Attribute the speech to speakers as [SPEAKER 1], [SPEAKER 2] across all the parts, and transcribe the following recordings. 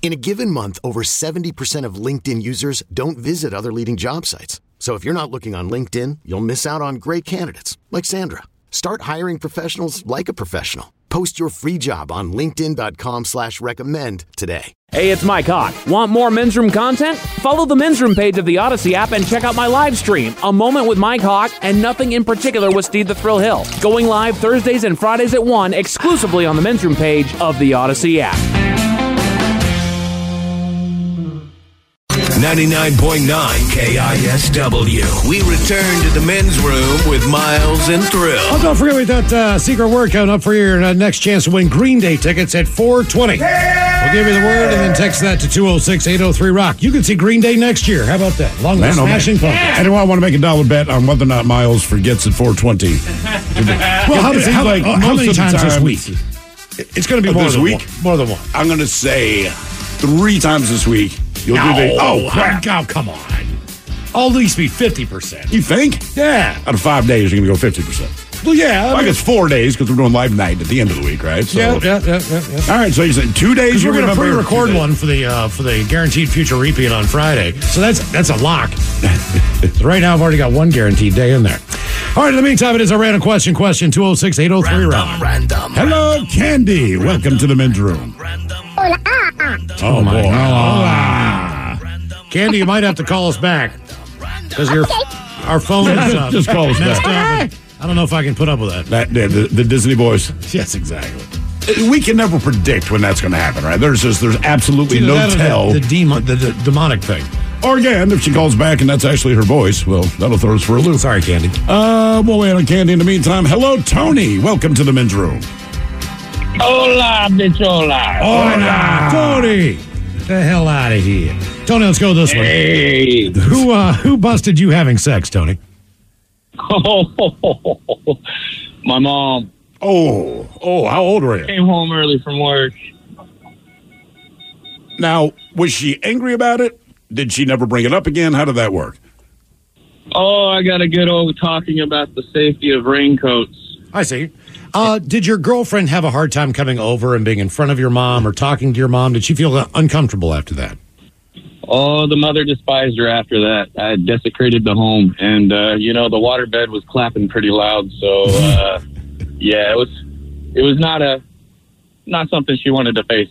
[SPEAKER 1] In a given month, over 70% of LinkedIn users don't visit other leading job sites. So if you're not looking on LinkedIn, you'll miss out on great candidates like Sandra. Start hiring professionals like a professional. Post your free job on linkedin.com/recommend slash recommend today.
[SPEAKER 2] Hey, it's Mike Hawk. Want more men's room content? Follow the men's room page of the Odyssey app and check out my live stream, A Moment with Mike Hawk and Nothing in Particular with Steve the Thrill Hill. Going live Thursdays and Fridays at 1 exclusively on the men's room page of the Odyssey app.
[SPEAKER 3] 99.9 KISW. We return to the men's room with Miles and
[SPEAKER 4] Oh,
[SPEAKER 3] Thrill.
[SPEAKER 4] don't forget we got that uh, secret word coming up for your uh, next chance to win Green Day tickets at 420. We'll give you the word and then text that to 206 803 Rock. You can see Green Day next year. How about that? Long
[SPEAKER 5] Man,
[SPEAKER 4] as
[SPEAKER 5] oh, man.
[SPEAKER 4] smashing fun.
[SPEAKER 5] Anyone want to make a dollar bet on whether or not Miles forgets at 420?
[SPEAKER 4] Well, how,
[SPEAKER 5] It
[SPEAKER 4] many-
[SPEAKER 5] seems
[SPEAKER 4] how,
[SPEAKER 5] like
[SPEAKER 4] uh, how
[SPEAKER 5] most
[SPEAKER 4] many
[SPEAKER 5] of the
[SPEAKER 4] times this
[SPEAKER 5] times-
[SPEAKER 4] week? It's going to be
[SPEAKER 5] Oh,
[SPEAKER 4] more
[SPEAKER 5] this
[SPEAKER 4] than
[SPEAKER 5] week?
[SPEAKER 4] one. More than one.
[SPEAKER 5] I'm going to say three times this week. You'll do the. Oh, crap.
[SPEAKER 4] oh, come on. I'll at least be 50%.
[SPEAKER 5] You think?
[SPEAKER 4] Yeah.
[SPEAKER 5] Out of five days, you're going to go 50%.
[SPEAKER 4] Well, yeah. I
[SPEAKER 5] I
[SPEAKER 4] mean-
[SPEAKER 5] guess four days because we're doing live night at the end of the week, right? So,
[SPEAKER 4] yeah, yeah, yeah, yeah, yeah.
[SPEAKER 5] All right, so you said two days.
[SPEAKER 4] Because
[SPEAKER 5] you
[SPEAKER 4] we're going to
[SPEAKER 5] remember-
[SPEAKER 4] pre-record one for the uh, for the guaranteed future repeat on Friday, so that's that's a lock. So right now, I've already got one guaranteed day in there. All right. In the meantime, it is a random question. Question two hundred six eight zero three. Round.
[SPEAKER 3] Random.
[SPEAKER 5] Hello, Candy. Welcome to the men's room. Oh, boy.
[SPEAKER 4] Candy, you might have to call us back because your our phone is uh,
[SPEAKER 5] Just call us
[SPEAKER 4] messed
[SPEAKER 5] back.
[SPEAKER 4] up. and I don't know if I can put up with that.
[SPEAKER 5] That, the, the, the Disney boys.
[SPEAKER 4] Yes, exactly.
[SPEAKER 5] We can never predict when that's going to happen, right? There's just there's absolutely no tell.
[SPEAKER 4] the, the, demon, the, the demonic thing.
[SPEAKER 5] Or again, if she calls back and that's actually her voice, well, that'll throw us for a loop.
[SPEAKER 4] Sorry, Candy.
[SPEAKER 5] Uh, we'll wait on Candy in the meantime. Hello, Tony. Welcome to the men's room.
[SPEAKER 6] Hola, bitch, hola.
[SPEAKER 5] Hola.
[SPEAKER 4] Tony, get the hell out of here, Tony. Let's go this one.
[SPEAKER 6] Hey.
[SPEAKER 4] Who uh, who busted you having sex, Tony?
[SPEAKER 6] My mom
[SPEAKER 5] Oh, oh, how old were you?
[SPEAKER 6] came home early from work.
[SPEAKER 5] Now, was she angry about it? Did she never bring it up again? How did that work?
[SPEAKER 6] Oh, I got a good old talking about the safety of raincoats.
[SPEAKER 4] I see. Uh, did your girlfriend have a hard time coming over and being in front of your mom or talking to your mom? Did she feel uncomfortable after that?
[SPEAKER 6] Oh, the mother despised her after that. I desecrated the home, and uh, you know the waterbed was clapping pretty loud. So, uh, yeah, it was it was not a not something she wanted to face.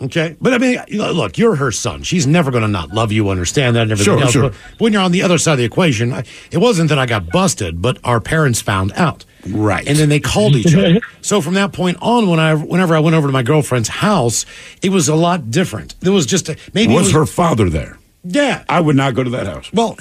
[SPEAKER 4] Okay, but I mean, you know, look, you're her son. She's never going to not love you, understand that, and everything
[SPEAKER 5] Sure,
[SPEAKER 4] else.
[SPEAKER 5] sure.
[SPEAKER 4] But when you're on the other side of the equation, I, it wasn't that I got busted, but our parents found out,
[SPEAKER 5] Right.
[SPEAKER 4] And then they called each other. So from that point on, when I, whenever I went over to my girlfriend's house, it was a lot different. There was just a, maybe it
[SPEAKER 5] Was her father there?
[SPEAKER 4] yeah.
[SPEAKER 5] I would not go to that house.
[SPEAKER 4] Well,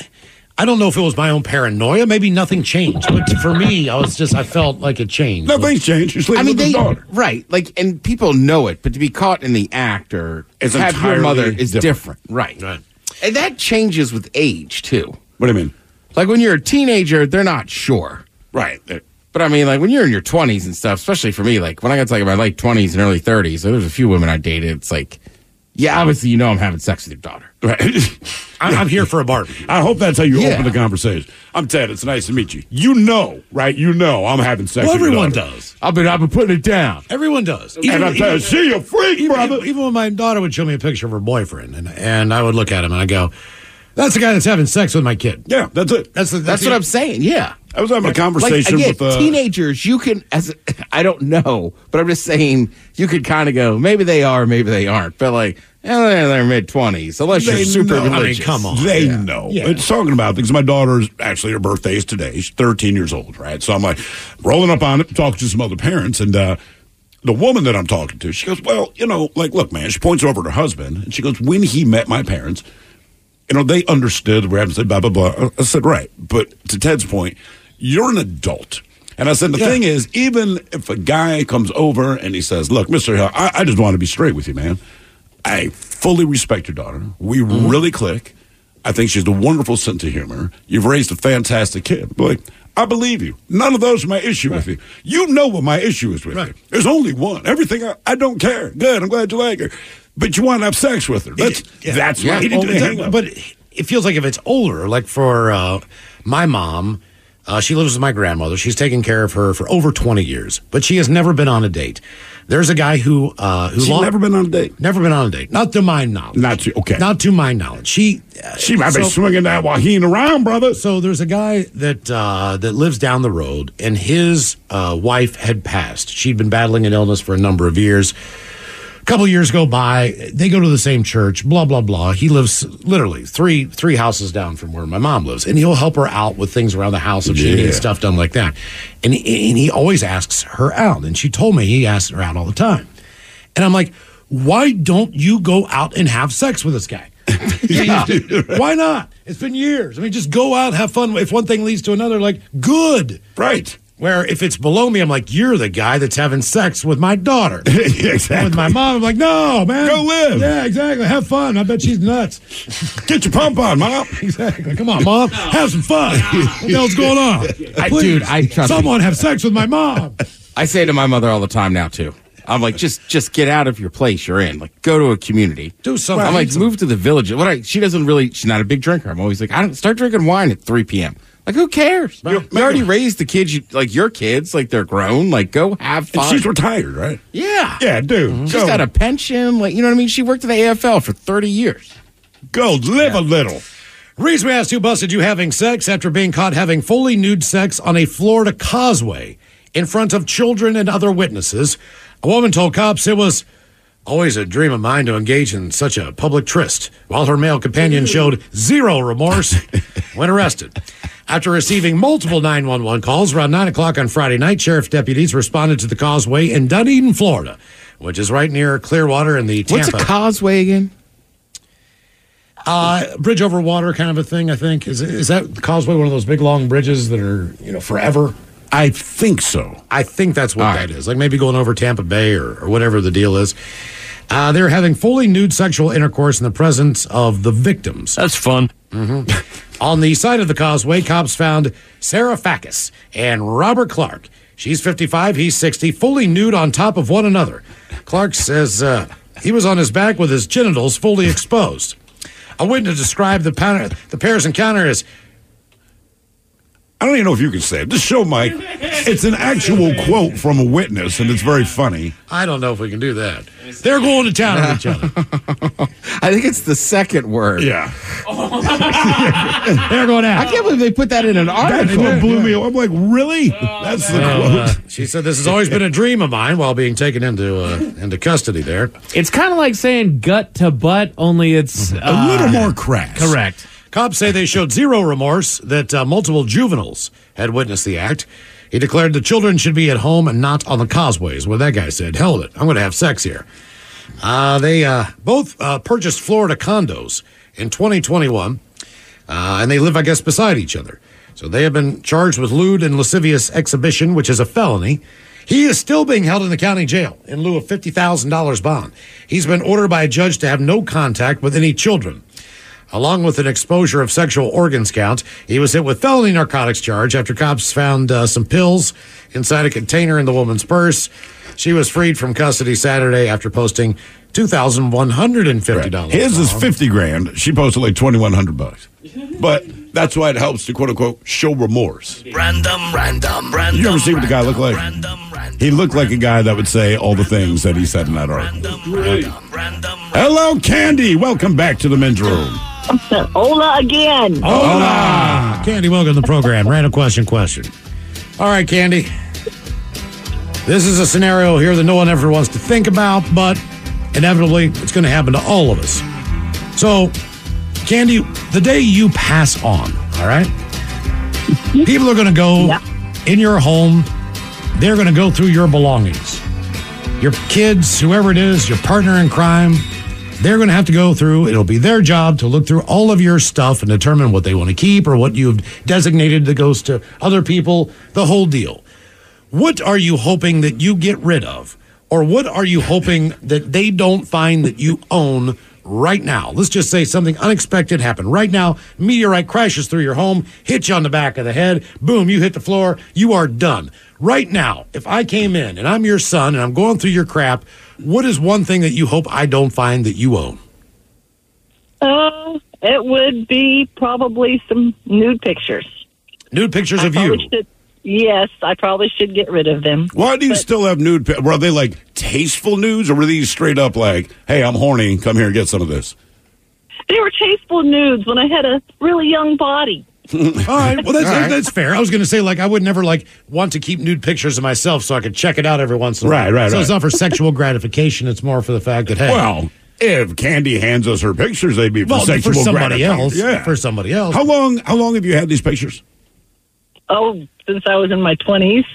[SPEAKER 4] I don't know if it was my own paranoia. Maybe nothing changed, but for me, I was just I felt like it changed.
[SPEAKER 5] Nothing's changed. You're sleeping
[SPEAKER 7] I mean,
[SPEAKER 5] with
[SPEAKER 7] they
[SPEAKER 5] his daughter.
[SPEAKER 7] right, like, and people know it, but to be caught in the act or
[SPEAKER 5] It's
[SPEAKER 7] have your
[SPEAKER 5] entirely
[SPEAKER 7] mother is different, right?
[SPEAKER 4] Right.
[SPEAKER 7] And that changes with age too.
[SPEAKER 5] What do you mean?
[SPEAKER 7] Like when you're a teenager, they're not sure,
[SPEAKER 5] Right. Uh,
[SPEAKER 7] but I mean, like when you're in your 20s and stuff, especially for me, like when I got to like my late 20s and early 30s, so there's a few women I dated. It's like, yeah, obviously you know I'm having sex with your daughter.
[SPEAKER 5] Right.
[SPEAKER 4] I, I'm here for a barbecue.
[SPEAKER 5] I hope that's how you
[SPEAKER 7] Yeah.
[SPEAKER 5] open the conversation. I'm Ted. It's nice to meet you. You know, right? You know, I'm having sex.
[SPEAKER 4] Well,
[SPEAKER 5] with your
[SPEAKER 4] everyone
[SPEAKER 5] daughter.
[SPEAKER 4] does.
[SPEAKER 7] I've been I've been putting it down.
[SPEAKER 4] Everyone does. Even,
[SPEAKER 5] and I'm
[SPEAKER 4] even-
[SPEAKER 5] saying, she a freak,
[SPEAKER 4] even-
[SPEAKER 5] brother.
[SPEAKER 4] even when my daughter would show me a picture of her boyfriend, and and I would look at him and I go, "That's the guy that's having sex with my kid."
[SPEAKER 5] yeah, that's it.
[SPEAKER 4] That's the,
[SPEAKER 7] That's
[SPEAKER 4] the-
[SPEAKER 7] what I'm saying. Yeah.
[SPEAKER 5] I was having a conversation
[SPEAKER 7] like, again,
[SPEAKER 5] with uh,
[SPEAKER 7] teenagers. You can, as I don't know, but I'm just saying you could kind of go. Maybe they are, maybe they aren't. But like, eh, they're, mid twenties, unless
[SPEAKER 5] They
[SPEAKER 7] you're super
[SPEAKER 5] know. I mean,
[SPEAKER 7] religious.
[SPEAKER 4] come on.
[SPEAKER 5] They know.
[SPEAKER 4] Yeah.
[SPEAKER 5] It's talking about things. My daughter's actually her birthday is today. She's 13 years old, right? So I'm like rolling up on it, talking to some other parents, and uh, the woman that I'm talking to, she goes, Well, you know, like, look, man, she points over to her husband and she goes, When he met my parents, you know, they understood what happened, said blah, blah, blah. I said, Right. But to Ted's point, you're an adult. And I said, The thing is, even if a guy comes over and he says, Look, Mr. Hill, I, I just want to be straight with you, man. I fully respect your daughter. We
[SPEAKER 4] Mm-hmm.
[SPEAKER 5] really click. I think she's a wonderful sense of humor. You've raised a fantastic kid. Like, I believe you. None of those are my issue with you. You know what my issue is with you. There's only one. Everything I, I don't care. Good. I'm glad you like her. But you want to have sex with her. That's that's
[SPEAKER 4] yeah.
[SPEAKER 5] my
[SPEAKER 4] He didn't do
[SPEAKER 5] only
[SPEAKER 4] that,
[SPEAKER 5] hang up.
[SPEAKER 4] but it feels like if it's older, like for uh, my mom, uh, she lives with my grandmother. She's taken care of her for over twenty years, but she has never been on a date. There's a guy who uh, who
[SPEAKER 5] She's never been on a date.
[SPEAKER 4] Never been on a date. Not to my knowledge.
[SPEAKER 5] Not to okay.
[SPEAKER 4] Not to my knowledge. She uh,
[SPEAKER 5] she might be swinging that while he ain't around, brother.
[SPEAKER 4] So there's a guy that uh, that lives down the road, and his uh, wife had passed. She'd been battling an illness for a number of years. A couple years go by. They go to the same church. Blah blah blah. He lives literally three three houses down from where my mom lives, and he'll help her out with things around the house if she
[SPEAKER 5] Yeah.
[SPEAKER 4] needs stuff done like that. And he, and he always asks her out. And she told me he asks her out all the time. And I'm like, why don't you go out and have sex with this guy? Yeah. Why not? It's been years. I mean, just go out, have fun. If one thing leads to another, like, good.
[SPEAKER 5] Right.
[SPEAKER 4] Where if it's below me, I'm like, you're the guy that's having sex with my daughter.
[SPEAKER 5] exactly.
[SPEAKER 4] With my mom, I'm like, no, man.
[SPEAKER 5] Go live.
[SPEAKER 4] Yeah, exactly. Have fun. I bet she's nuts.
[SPEAKER 5] Get your pump on, mom.
[SPEAKER 4] Exactly. Come on, mom. Have some fun. what the hell's going on?
[SPEAKER 7] I-
[SPEAKER 4] Please,
[SPEAKER 7] dude, I trust you.
[SPEAKER 4] someone have sex with my mom.
[SPEAKER 7] I say to my mother all the time now too. I'm like, just just get out of your place you're in. Like, go to a community.
[SPEAKER 4] Do something.
[SPEAKER 7] I'm like, move to the village. What I she doesn't really. She's not a big drinker. I'm always like, I don't start drinking wine at 3 p.m. Like, who cares? You already raised the kids. You, like your kids. Like they're grown. Like, go have
[SPEAKER 5] And
[SPEAKER 7] fun.
[SPEAKER 5] she's retired, right?
[SPEAKER 7] yeah. Mm-hmm.
[SPEAKER 5] Yeah, dude.
[SPEAKER 7] She's
[SPEAKER 5] Go,
[SPEAKER 7] got a pension. Like, you know what I mean? She worked at the AFL for 30 years.
[SPEAKER 5] go live a little.
[SPEAKER 4] Reason we asked who busted you having sex after being caught having fully nude sex on a Florida causeway in front of children and other witnesses. A woman told cops it was always a dream of mine to engage in such a public tryst, while her male companion showed zero remorse when arrested. After receiving multiple 911 calls around 9 o'clock on Friday night, sheriff deputies responded to the causeway in Dunedin, Florida, which is right near Clearwater in the Tampa.
[SPEAKER 7] What's a causeway again?
[SPEAKER 4] Uh, bridge over water kind of a thing, I think. Is is that the causeway one of those big long bridges that are, you know, forever?
[SPEAKER 5] I think so.
[SPEAKER 4] I think that's what
[SPEAKER 7] All
[SPEAKER 4] that
[SPEAKER 7] right.
[SPEAKER 4] is. Like maybe going over Tampa Bay or, or whatever the deal is. Uh, they're having fully nude sexual intercourse in the presence of the victims. Mm-hmm.
[SPEAKER 2] That's fun.
[SPEAKER 4] On the side of the causeway, cops found Sarah Fackus and Robert Clark. She's 55, he's 60, fully nude on top of one another. Clark says uh, he was on his back with his genitals fully exposed. A witness described the, pan- the pair's encounter as
[SPEAKER 5] I don't even know if you can say it. This show, Mike, it's an actual quote from a witness, and it's very funny.
[SPEAKER 4] I don't know if we can do that. They're going to town on each other.
[SPEAKER 7] I think it's the second word.
[SPEAKER 5] Yeah.
[SPEAKER 4] They're going
[SPEAKER 7] I
[SPEAKER 4] out.
[SPEAKER 7] can't believe they put that in an
[SPEAKER 5] That's
[SPEAKER 7] article.
[SPEAKER 5] what blew me away. I'm like, really? That's the
[SPEAKER 4] Well, uh,
[SPEAKER 5] quote.
[SPEAKER 4] she said, "This has always been a dream of mine." While being taken into uh, into custody, there.
[SPEAKER 2] It's kind of like saying gut to butt, only it's
[SPEAKER 5] a
[SPEAKER 2] uh,
[SPEAKER 5] little
[SPEAKER 4] Ah,
[SPEAKER 5] more crass.
[SPEAKER 2] correct.
[SPEAKER 4] Cops say they showed zero remorse that uh, multiple juveniles had witnessed the act. He declared the children should be at home and not on the causeways. Well, that guy said, hell with it. I'm going to have sex here. Uh, they uh, both uh, purchased Florida condos in 2021, uh, and they live, I guess, beside each other. So they have been charged with lewd and lascivious exhibition, which is a felony. He is still being held in the county jail in lieu of $50,000 bond. He's been ordered by a judge to have no contact with any children. Along with an exposure of sexual organs count, he was hit with felony narcotics charge after cops found uh, some pills inside a container in the woman's purse. She was freed from custody Saturday after posting two thousand one hundred and fifty dollars.
[SPEAKER 5] His is 50 grand. She posted like 2100 bucks. But that's why it helps to quote unquote show remorse.
[SPEAKER 8] Random, random, random.
[SPEAKER 5] You ever see what the guy looked like? He looked like a guy that would say all the things that he said in that article.
[SPEAKER 8] Random, random,
[SPEAKER 5] Hello, Candy. Welcome back to the men's room.
[SPEAKER 9] Hola again.
[SPEAKER 4] Hola, Candy. Welcome to the program. Random question, question. All right, Candy. This is a scenario here that no one ever wants to think about, but inevitably it's going to happen to all of us. So, Candy, the day you pass on, all right, people are going to go in your home. They're going to go through your belongings. your kids, whoever it is, your partner in crime, they're going to have to go through, it'll be their job to look through all of your stuff and determine what they want to keep or what you've designated that goes to other people, the whole deal. What are you hoping that you get rid of? Or what are you hoping that they don't find that you own right now? Let's just say something unexpected happened right now. Meteorite crashes through your home, hits you on the back of the head. Boom, you hit the floor. You are done. Right now, if I came in and I'm your son and I'm going through your crap, what is one thing that you hope I don't find that you own?
[SPEAKER 9] Uh, it would be probably some nude pictures.
[SPEAKER 4] Nude pictures
[SPEAKER 9] I
[SPEAKER 4] of you.
[SPEAKER 9] probably should- yes, I probably should get rid of them.
[SPEAKER 5] Why do you still have nude? pi- Were they like tasteful nudes, or were these straight up like, "Hey, I'm horny. Come here and get some of this."
[SPEAKER 9] They were tasteful nudes when I had a really young body.
[SPEAKER 4] All right. Well, that's
[SPEAKER 9] All right.
[SPEAKER 4] that's fair. I was going to say like I would never like want to keep nude pictures of myself so I could check it out every once in a while.
[SPEAKER 5] Right, right,
[SPEAKER 4] So it's
[SPEAKER 5] right.
[SPEAKER 4] not for sexual gratification. It's more for the fact that hey,
[SPEAKER 5] Well, if Candy hands us her pictures, they'd be for
[SPEAKER 4] Well, for
[SPEAKER 5] sexual
[SPEAKER 4] somebody
[SPEAKER 5] gratification.
[SPEAKER 4] else.
[SPEAKER 5] Yeah,
[SPEAKER 4] for somebody else.
[SPEAKER 5] How long? How long have you had these pictures?
[SPEAKER 9] Oh, since I was in my twenties,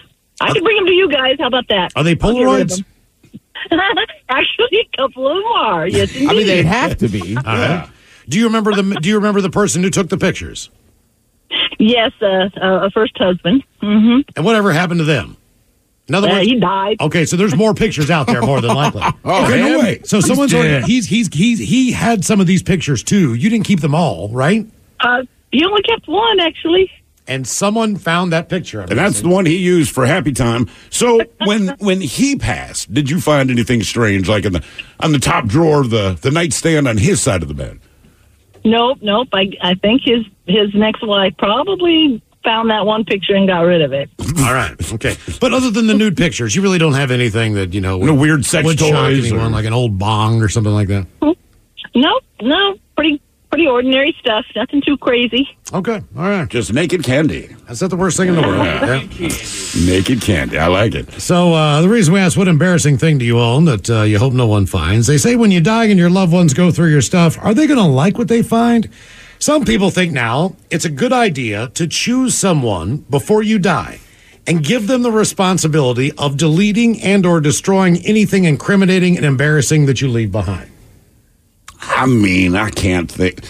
[SPEAKER 9] I can bring them to you guys. How about that?
[SPEAKER 4] Uh, Are they
[SPEAKER 9] I'll get rid of
[SPEAKER 4] Polaroids?
[SPEAKER 9] them. Actually, a couple of them are. Yes, indeed.
[SPEAKER 4] to be. All right. Do you remember the Do you remember the person who took the pictures
[SPEAKER 9] Yes, uh, uh, a first husband. hmm
[SPEAKER 4] and whatever happened to them? In other
[SPEAKER 9] Uh,
[SPEAKER 4] words,
[SPEAKER 9] he died.
[SPEAKER 4] Okay, so there's more pictures out there, more than likely.
[SPEAKER 9] Oh,
[SPEAKER 4] okay,
[SPEAKER 9] man.
[SPEAKER 4] no way. So
[SPEAKER 9] He's
[SPEAKER 4] someone's already,
[SPEAKER 9] dead.
[SPEAKER 4] he's he's he's he had some of these pictures too. You didn't keep them all, right?
[SPEAKER 9] Uh, you only kept one, actually.
[SPEAKER 4] And someone found that picture.
[SPEAKER 5] And that's the one he used for happy time. So when when he passed, did you find anything strange, like in the on the top drawer of the the nightstand on his side of the bed?
[SPEAKER 9] Nope, nope. I, I think his his next wife probably found that one picture and got rid of it.
[SPEAKER 4] All right. Okay. But other than the nude pictures, you really don't have anything that you know.
[SPEAKER 5] No weird sex
[SPEAKER 4] would shock
[SPEAKER 5] toys
[SPEAKER 4] anyone,
[SPEAKER 5] or-
[SPEAKER 4] like an old bong or something like that.
[SPEAKER 9] Nope, no. Pretty pretty ordinary stuff. Nothing too crazy.
[SPEAKER 4] Okay. All right.
[SPEAKER 5] Just naked candy.
[SPEAKER 4] Oh, That's not the worst thing in the world. Yeah.
[SPEAKER 5] Naked candy. I like it.
[SPEAKER 4] So uh, the reason we asked, what embarrassing thing do you own that uh, you hope no one finds? They say when you die and your loved ones go through your stuff, are they going to like what they find? Some people think now it's a good idea to choose someone before you die and give them the responsibility of deleting and or destroying anything incriminating and embarrassing that you leave behind.
[SPEAKER 5] I mean, I can't think.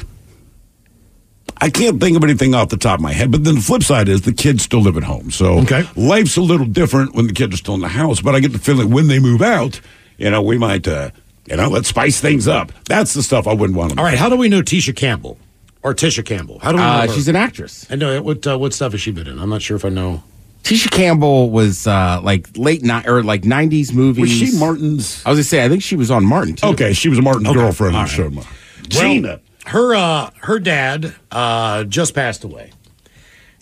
[SPEAKER 5] I can't think of anything off the top of my head. But then the flip side is the kids still live at home, so life's a little different when the kids are still in the house. But I get the feeling when they move out, you know, we might, uh, you know, let's spice things up. That's the stuff I wouldn't want. Them
[SPEAKER 4] All right, how do we know Tisha Campbell or Tisha Campbell? How do we know
[SPEAKER 7] Uh,
[SPEAKER 4] her?
[SPEAKER 7] she's an actress.
[SPEAKER 4] I know what uh, what stuff has she been in? I'm not sure if I know.
[SPEAKER 7] Tisha Campbell was uh, like late night or like '90s movies.
[SPEAKER 4] Was she
[SPEAKER 5] Martin's?
[SPEAKER 7] I was gonna say I think she was on Martin. Too.
[SPEAKER 5] Okay, she was Martin's girlfriend on the show. Martin.
[SPEAKER 4] Gina. her uh, her dad uh, just passed away,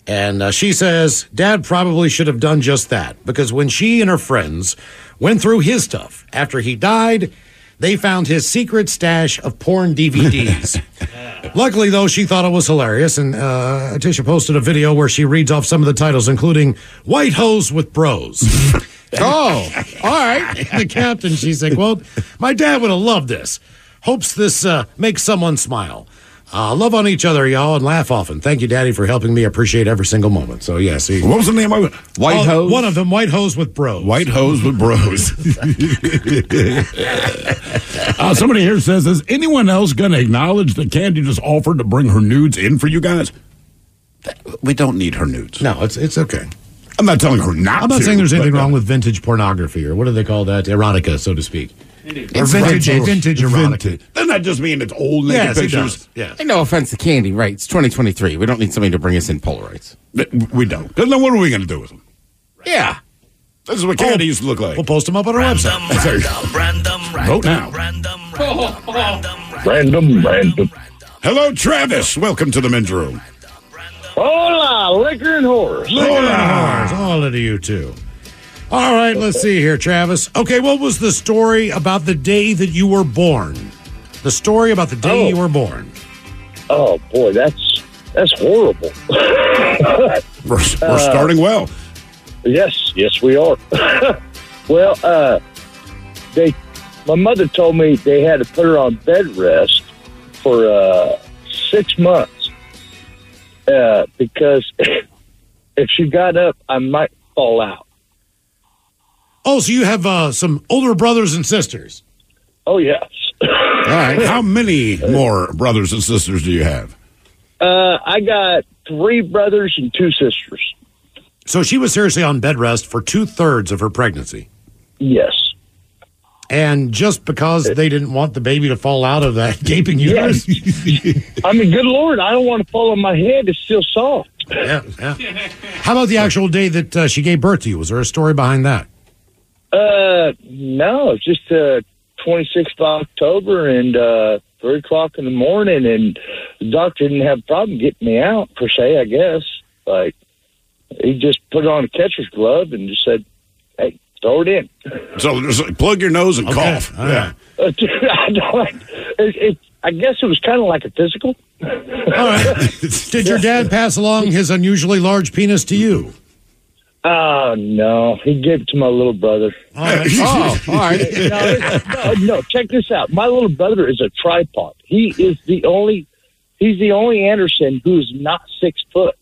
[SPEAKER 4] and uh, she says dad probably should have done just that because when she and her friends went through his stuff after he died, they found his secret stash of porn DVDs. Luckily, though, she thought it was hilarious, and uh, Tisha posted a video where she reads off some of the titles, including "White Hoes with Bros." oh, all right. The captain, she said, "Quote: My dad would have loved this. Hopes this uh, makes someone smile. Uh, love on each other, y'all, and laugh often. Thank you, Daddy, for helping me appreciate every single moment." So, yeah, see,
[SPEAKER 5] What was the name of it?
[SPEAKER 4] Oh,
[SPEAKER 5] White Hose?
[SPEAKER 4] One of them, White Hose with Bros.
[SPEAKER 5] White hose with bros. uh, somebody here says, is anyone else going to acknowledge that Candy just offered to bring her nudes in for you guys? We don't need her nudes.
[SPEAKER 4] No, it's it's okay.
[SPEAKER 5] I'm not telling her not.
[SPEAKER 4] I'm not
[SPEAKER 5] to,
[SPEAKER 4] saying there's
[SPEAKER 5] but,
[SPEAKER 4] anything
[SPEAKER 5] uh,
[SPEAKER 4] wrong with vintage pornography or what do they call that? Erotica, so to speak. Or
[SPEAKER 7] It's
[SPEAKER 4] vintage,
[SPEAKER 7] vintage.
[SPEAKER 4] vintage erotica.
[SPEAKER 5] Vintage. Doesn't that just mean it's old naked
[SPEAKER 7] Yes, it
[SPEAKER 5] pictures?
[SPEAKER 7] does. Hey, no offense to Candy, right? It's 2023. We don't need somebody to bring us in Polaroids.
[SPEAKER 5] We don't. Because then what are we going to do with them?
[SPEAKER 7] Yeah.
[SPEAKER 5] This is what Candy used to look like.
[SPEAKER 4] We'll post them up on our website.
[SPEAKER 5] Random, random, Vote now.
[SPEAKER 6] Random, random.
[SPEAKER 5] Hello, Travis. Welcome to the men's room.
[SPEAKER 6] Hola, liquor and horse.
[SPEAKER 4] Liquor All of you two. All right, let's see here, Travis. Okay, what was the story about the day that you were born? The story about the
[SPEAKER 6] Oh.
[SPEAKER 4] day you were born.
[SPEAKER 6] Oh boy, that's that's horrible. we're
[SPEAKER 5] we're starting well.
[SPEAKER 6] Yes, yes, we are. well, uh, they, my mother told me they had to put her on bed rest for uh, six months uh, because if she got up, I might fall out.
[SPEAKER 4] Oh, so you have uh, some older brothers and sisters.
[SPEAKER 6] Oh yeah.
[SPEAKER 5] All right. How many more brothers and sisters do you have?
[SPEAKER 6] Uh, I got three brothers and two sisters.
[SPEAKER 4] So she was seriously on bed rest for two thirds of her pregnancy.
[SPEAKER 6] Yes.
[SPEAKER 4] And just because they didn't want the baby to fall out of that gaping uterus.
[SPEAKER 6] I mean, good lord, I don't want to fall on my head. It's still soft.
[SPEAKER 4] Yeah, yeah. How about the actual day that uh, she gave birth to you? Was there a story behind that?
[SPEAKER 6] Uh, no, it's just uh, 26th of October and uh, 3 o'clock in the morning, and the doctor didn't have a problem getting me out, per se, I guess. Like, he just put on a catcher's glove and just said, hey, throw it in.
[SPEAKER 5] So just like, plug your nose and cough. Yeah.
[SPEAKER 6] Uh, dude, I, don't- it, it, I guess it was kind of like a physical.
[SPEAKER 4] Did your dad pass along his unusually large penis to you?
[SPEAKER 6] Oh no, he gave it to my little brother.
[SPEAKER 4] Oh, all right.
[SPEAKER 6] no, it's- no, no, check this out. My little brother is a tripod. He is the only. He's the only Anderson who's not six foot,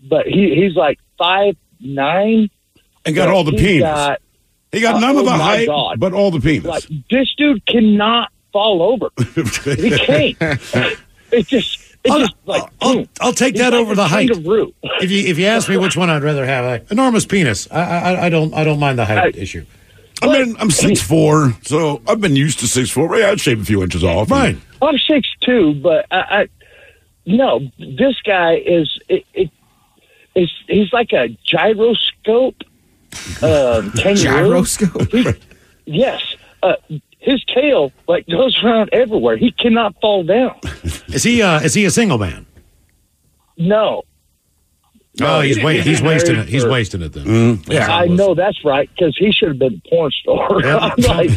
[SPEAKER 6] but he, he's like five nine.
[SPEAKER 5] And got
[SPEAKER 6] But
[SPEAKER 5] all the
[SPEAKER 6] he
[SPEAKER 5] penis.
[SPEAKER 6] got-
[SPEAKER 5] He got none
[SPEAKER 6] oh
[SPEAKER 5] of the
[SPEAKER 6] my
[SPEAKER 5] height,
[SPEAKER 6] God.
[SPEAKER 5] but all the penis.
[SPEAKER 6] Like this dude cannot fall over. he can't. It's just. It's just
[SPEAKER 5] uh,
[SPEAKER 6] like
[SPEAKER 4] I'll, I'll take
[SPEAKER 6] He's
[SPEAKER 4] that
[SPEAKER 6] like
[SPEAKER 4] over
[SPEAKER 6] a
[SPEAKER 4] the height.
[SPEAKER 6] kangaroo.
[SPEAKER 4] If you if you ask me which one I'd rather have, I, enormous penis. I, I I don't I don't mind the height issue.
[SPEAKER 5] I mean, I'm six four, so I've been used to six four. Yeah, I'd shave a few inches off.
[SPEAKER 4] Right.
[SPEAKER 6] I'm six two, but I, I no, this guy is it, it is he's like a gyroscope. Um, kangaroo.
[SPEAKER 7] Gyroscope?
[SPEAKER 6] He- yes, uh, his tail like goes around everywhere. He cannot fall down.
[SPEAKER 4] Is he uh, is he a single man?
[SPEAKER 6] No,
[SPEAKER 4] Oh, he's wa- he's wasting it. He's
[SPEAKER 6] Very
[SPEAKER 4] wasting it then.
[SPEAKER 6] I know that's right because he should have been a porn star. I'm like,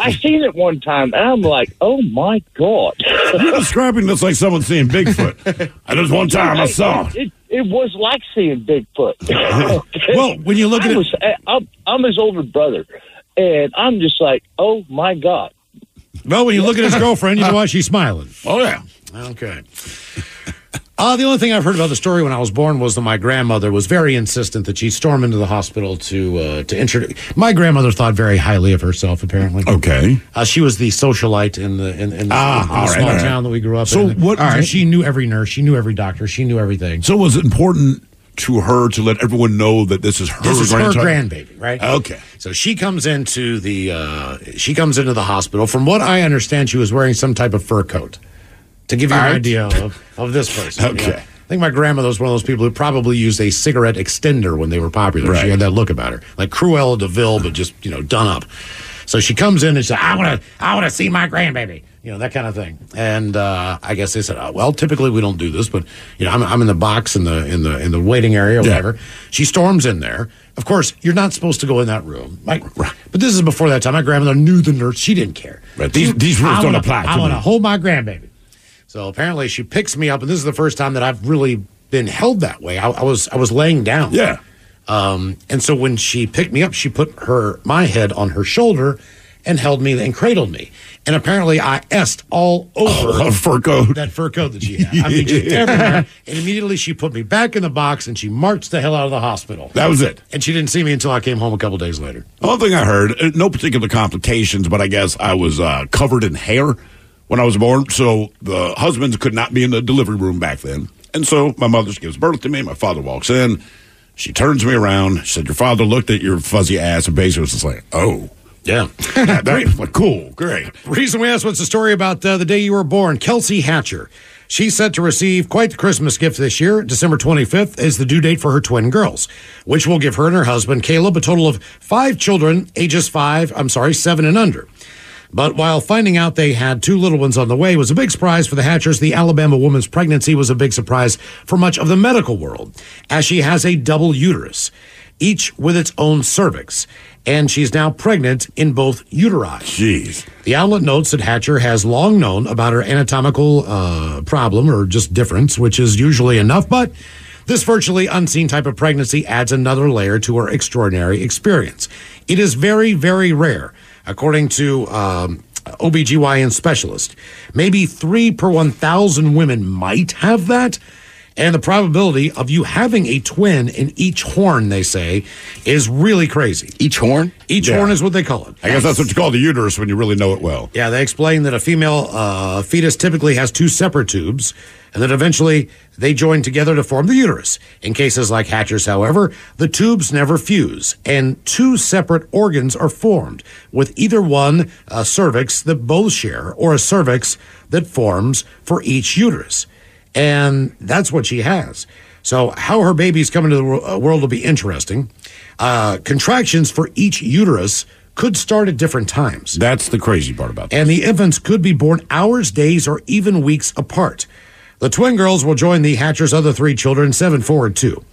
[SPEAKER 6] I seen it one time, and I'm like, oh my god.
[SPEAKER 5] You're describing this like someone seeing Bigfoot. I just one time I saw. it.
[SPEAKER 6] It, it, it was like seeing Bigfoot.
[SPEAKER 4] Well, when you look at
[SPEAKER 6] I
[SPEAKER 4] it-
[SPEAKER 6] was, I- I'm, I'm his older brother, and I'm just like, oh my god.
[SPEAKER 4] Well, when you look at his girlfriend, you know why she's smiling.
[SPEAKER 5] Oh yeah.
[SPEAKER 4] Okay. Uh, the only thing I've heard about the story when I was born was that my grandmother was very insistent that she storm into the hospital to uh, to introduce. My grandmother thought very highly of herself. Apparently,
[SPEAKER 5] okay.
[SPEAKER 4] Uh, she was the socialite in the in, in the,
[SPEAKER 5] Ah,
[SPEAKER 4] in the
[SPEAKER 5] all right,
[SPEAKER 4] small
[SPEAKER 5] all right.
[SPEAKER 4] town that we grew up
[SPEAKER 5] So
[SPEAKER 4] in.
[SPEAKER 5] what-
[SPEAKER 4] So
[SPEAKER 5] all right.
[SPEAKER 4] She knew every nurse. She knew every doctor. She knew everything.
[SPEAKER 5] So was it important to her to let everyone know that this is her
[SPEAKER 4] This is her
[SPEAKER 5] grandchild?
[SPEAKER 4] grandbaby, right?
[SPEAKER 5] Okay.
[SPEAKER 4] So she comes into the uh, she comes into the hospital. From what I understand, she was wearing some type of fur coat. To give you
[SPEAKER 7] All
[SPEAKER 4] an
[SPEAKER 7] right.
[SPEAKER 4] idea of, of this person,
[SPEAKER 5] Okay.
[SPEAKER 4] I think my grandmother was one of those people who probably used a cigarette extender when they were popular. She
[SPEAKER 5] Right.
[SPEAKER 4] had that look about her, like Cruella Deville, but just you know done up. So she comes in and says, "I want to, I want to see my grandbaby," you know that kind of thing. And uh, I guess they said, oh, "Well, typically we don't do this, but you know, I'm, I'm in the box in the in the in the waiting area, or
[SPEAKER 5] Yeah.
[SPEAKER 4] whatever." She storms in there. Of course, you're not supposed to go in that room, like, but this is before that time. My grandmother knew the nurse; she didn't care.
[SPEAKER 5] Right. These- these rules
[SPEAKER 4] I
[SPEAKER 5] don't
[SPEAKER 4] wanna-
[SPEAKER 5] apply to
[SPEAKER 4] I want to
[SPEAKER 5] me.
[SPEAKER 4] hold my grandbaby. So apparently she picks me up, and this is the first time that I've really been held that way. I, I was I was laying down.
[SPEAKER 5] Yeah.
[SPEAKER 4] Um, and so when she picked me up, she put her my head on her shoulder and held me and cradled me. And apparently I essed all over
[SPEAKER 5] Oh, fur coat.
[SPEAKER 4] that fur coat that she had. I mean, just everywhere. And immediately she put me back in the box and she marched the hell out of the hospital.
[SPEAKER 5] That was it.
[SPEAKER 4] And she didn't see me until I came home a couple days later.
[SPEAKER 5] The One thing I heard, uh, no particular complications, but I guess I was uh, covered in hair when I was born, so the husbands could not be in the delivery room back then. And so my mother gives birth to me. My father walks in. She turns me around. She said, "Your father looked at your fuzzy ass," and basically was just like, "Oh,
[SPEAKER 4] Yeah.
[SPEAKER 5] yeah, that's like, cool, great."
[SPEAKER 4] Reason we asked what's the story about uh, the day you were born, Kelsey Hatcher. She's set to receive quite the Christmas gift this year. December 25th is the due date for her twin girls, which will give her and her husband, Caleb, a total of five children, ages five, I'm sorry, seven and under. But while finding out they had two little ones on the way was a big surprise for the Hatchers, the Alabama woman's pregnancy was a big surprise for much of the medical world, as she has a double uterus, each with its own cervix. And she's now pregnant in both uteri.
[SPEAKER 5] Jeez.
[SPEAKER 4] The outlet notes that Hatcher has long known about her anatomical uh, problem or just difference, which is usually enough, but this virtually unseen type of pregnancy adds another layer to her extraordinary experience. It is very, very rare, according to um, OBGYN specialist. Maybe three per 1,000 women might have that. And the probability of you having a twin in each horn, they say, is really crazy.
[SPEAKER 7] Each horn?
[SPEAKER 4] Each
[SPEAKER 5] Yeah.
[SPEAKER 4] horn is what they call it.
[SPEAKER 5] I guess that's what you call the uterus when you really know it well.
[SPEAKER 4] Yeah, they explain that a female uh, fetus typically has two separate tubes, and that eventually they join together to form the uterus. In cases like Hatcher's, however, the tubes never fuse, and two separate organs are formed, with either one a cervix that both share, or a cervix that forms for each uterus. And that's what she has. So, how her babies come into the wor- uh, world will be interesting. Uh, contractions for each uterus could start at different times.
[SPEAKER 5] That's the crazy part about
[SPEAKER 4] And the infants could be born hours, days, or even weeks apart. The twin girls will join the Hatcher's other three children, seven, four, and two.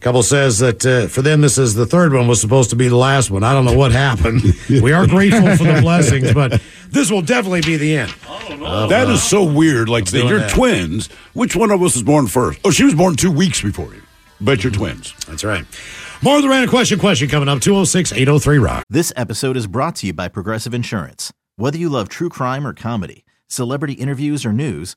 [SPEAKER 4] Couple says that uh, for them, this is the third one was supposed to be the last one. I don't know what happened. we are grateful for the blessings, but this will definitely be the end.
[SPEAKER 5] That is so weird. Like that
[SPEAKER 4] doing
[SPEAKER 5] you're
[SPEAKER 4] that.
[SPEAKER 5] twins. Which one of us was born first? Oh, she was born two weeks before you. But you're twins.
[SPEAKER 4] That's right. More of the random question question coming up 206 803 Rock.
[SPEAKER 10] This episode is brought to you by Progressive Insurance. Whether you love true crime or comedy, celebrity interviews or news,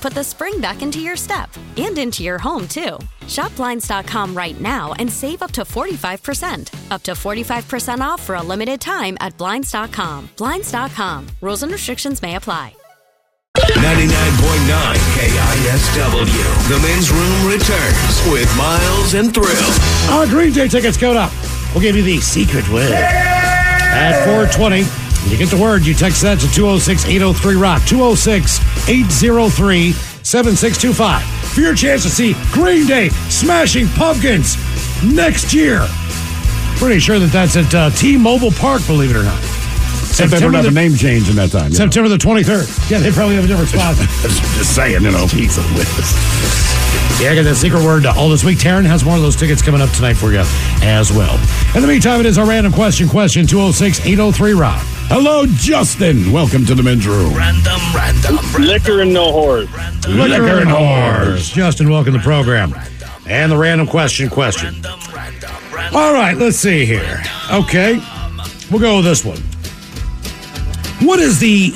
[SPEAKER 11] put the spring back into your step and into your home, too. Shop Blinds.com right now and save up to 45%. Up to 45% off for a limited time at Blinds.com. Blinds.com. Rules and restrictions may apply.
[SPEAKER 8] 99.9 KISW. The men's room returns with Miles and Thrill.
[SPEAKER 4] Our Oh, Green Day tickets coming up. We'll give you the secret word at 420. When you get the word, you text that to 206 803 Rock, 206 803 7625 for your chance to see Green Day smashing pumpkins next year. Pretty sure that that's at uh, T Mobile Park, believe it or not.
[SPEAKER 5] If they don't
[SPEAKER 4] September
[SPEAKER 5] have
[SPEAKER 4] the-
[SPEAKER 5] a name change in that time. you know.
[SPEAKER 4] September the 23rd. Yeah, they probably have a different spot.
[SPEAKER 5] Just saying, you know.
[SPEAKER 4] Yeah, I got that secret word all this week. Taryn has more of those tickets coming up tonight for you as well. In the meantime, it is our random question, question 206 803 Rock.
[SPEAKER 5] Hello, Justin. Welcome to the men's room.
[SPEAKER 8] Random, random,
[SPEAKER 6] Liquor and no horse.
[SPEAKER 4] Liquor and whores. Justin, welcome to the program. And the random question question. All right, let's see here. Okay, we'll go with this one. What is the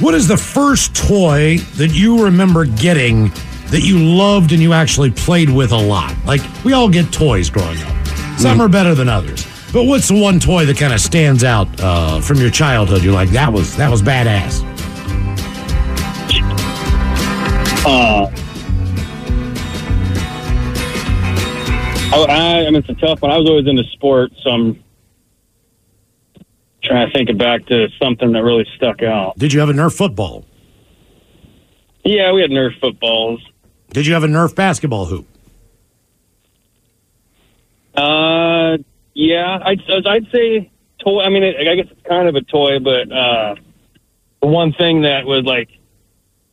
[SPEAKER 4] what is the first toy that you remember getting that you loved and you actually played with a lot? Like we all get toys growing up. Some are better than others. But what's the one toy that kind of stands out uh, from your childhood? You're like, that was that was badass.
[SPEAKER 12] Uh, I, I, I mean, it's a tough one. I was always into sports, so I'm trying to think back to something that really stuck out.
[SPEAKER 4] Did you have a Nerf football?
[SPEAKER 12] Yeah, we had Nerf footballs.
[SPEAKER 4] Did you have a Nerf basketball hoop?
[SPEAKER 12] Uh, yeah, I'd, I'd say toy. I mean, it, I guess it's kind of a toy, but uh, the one thing that was like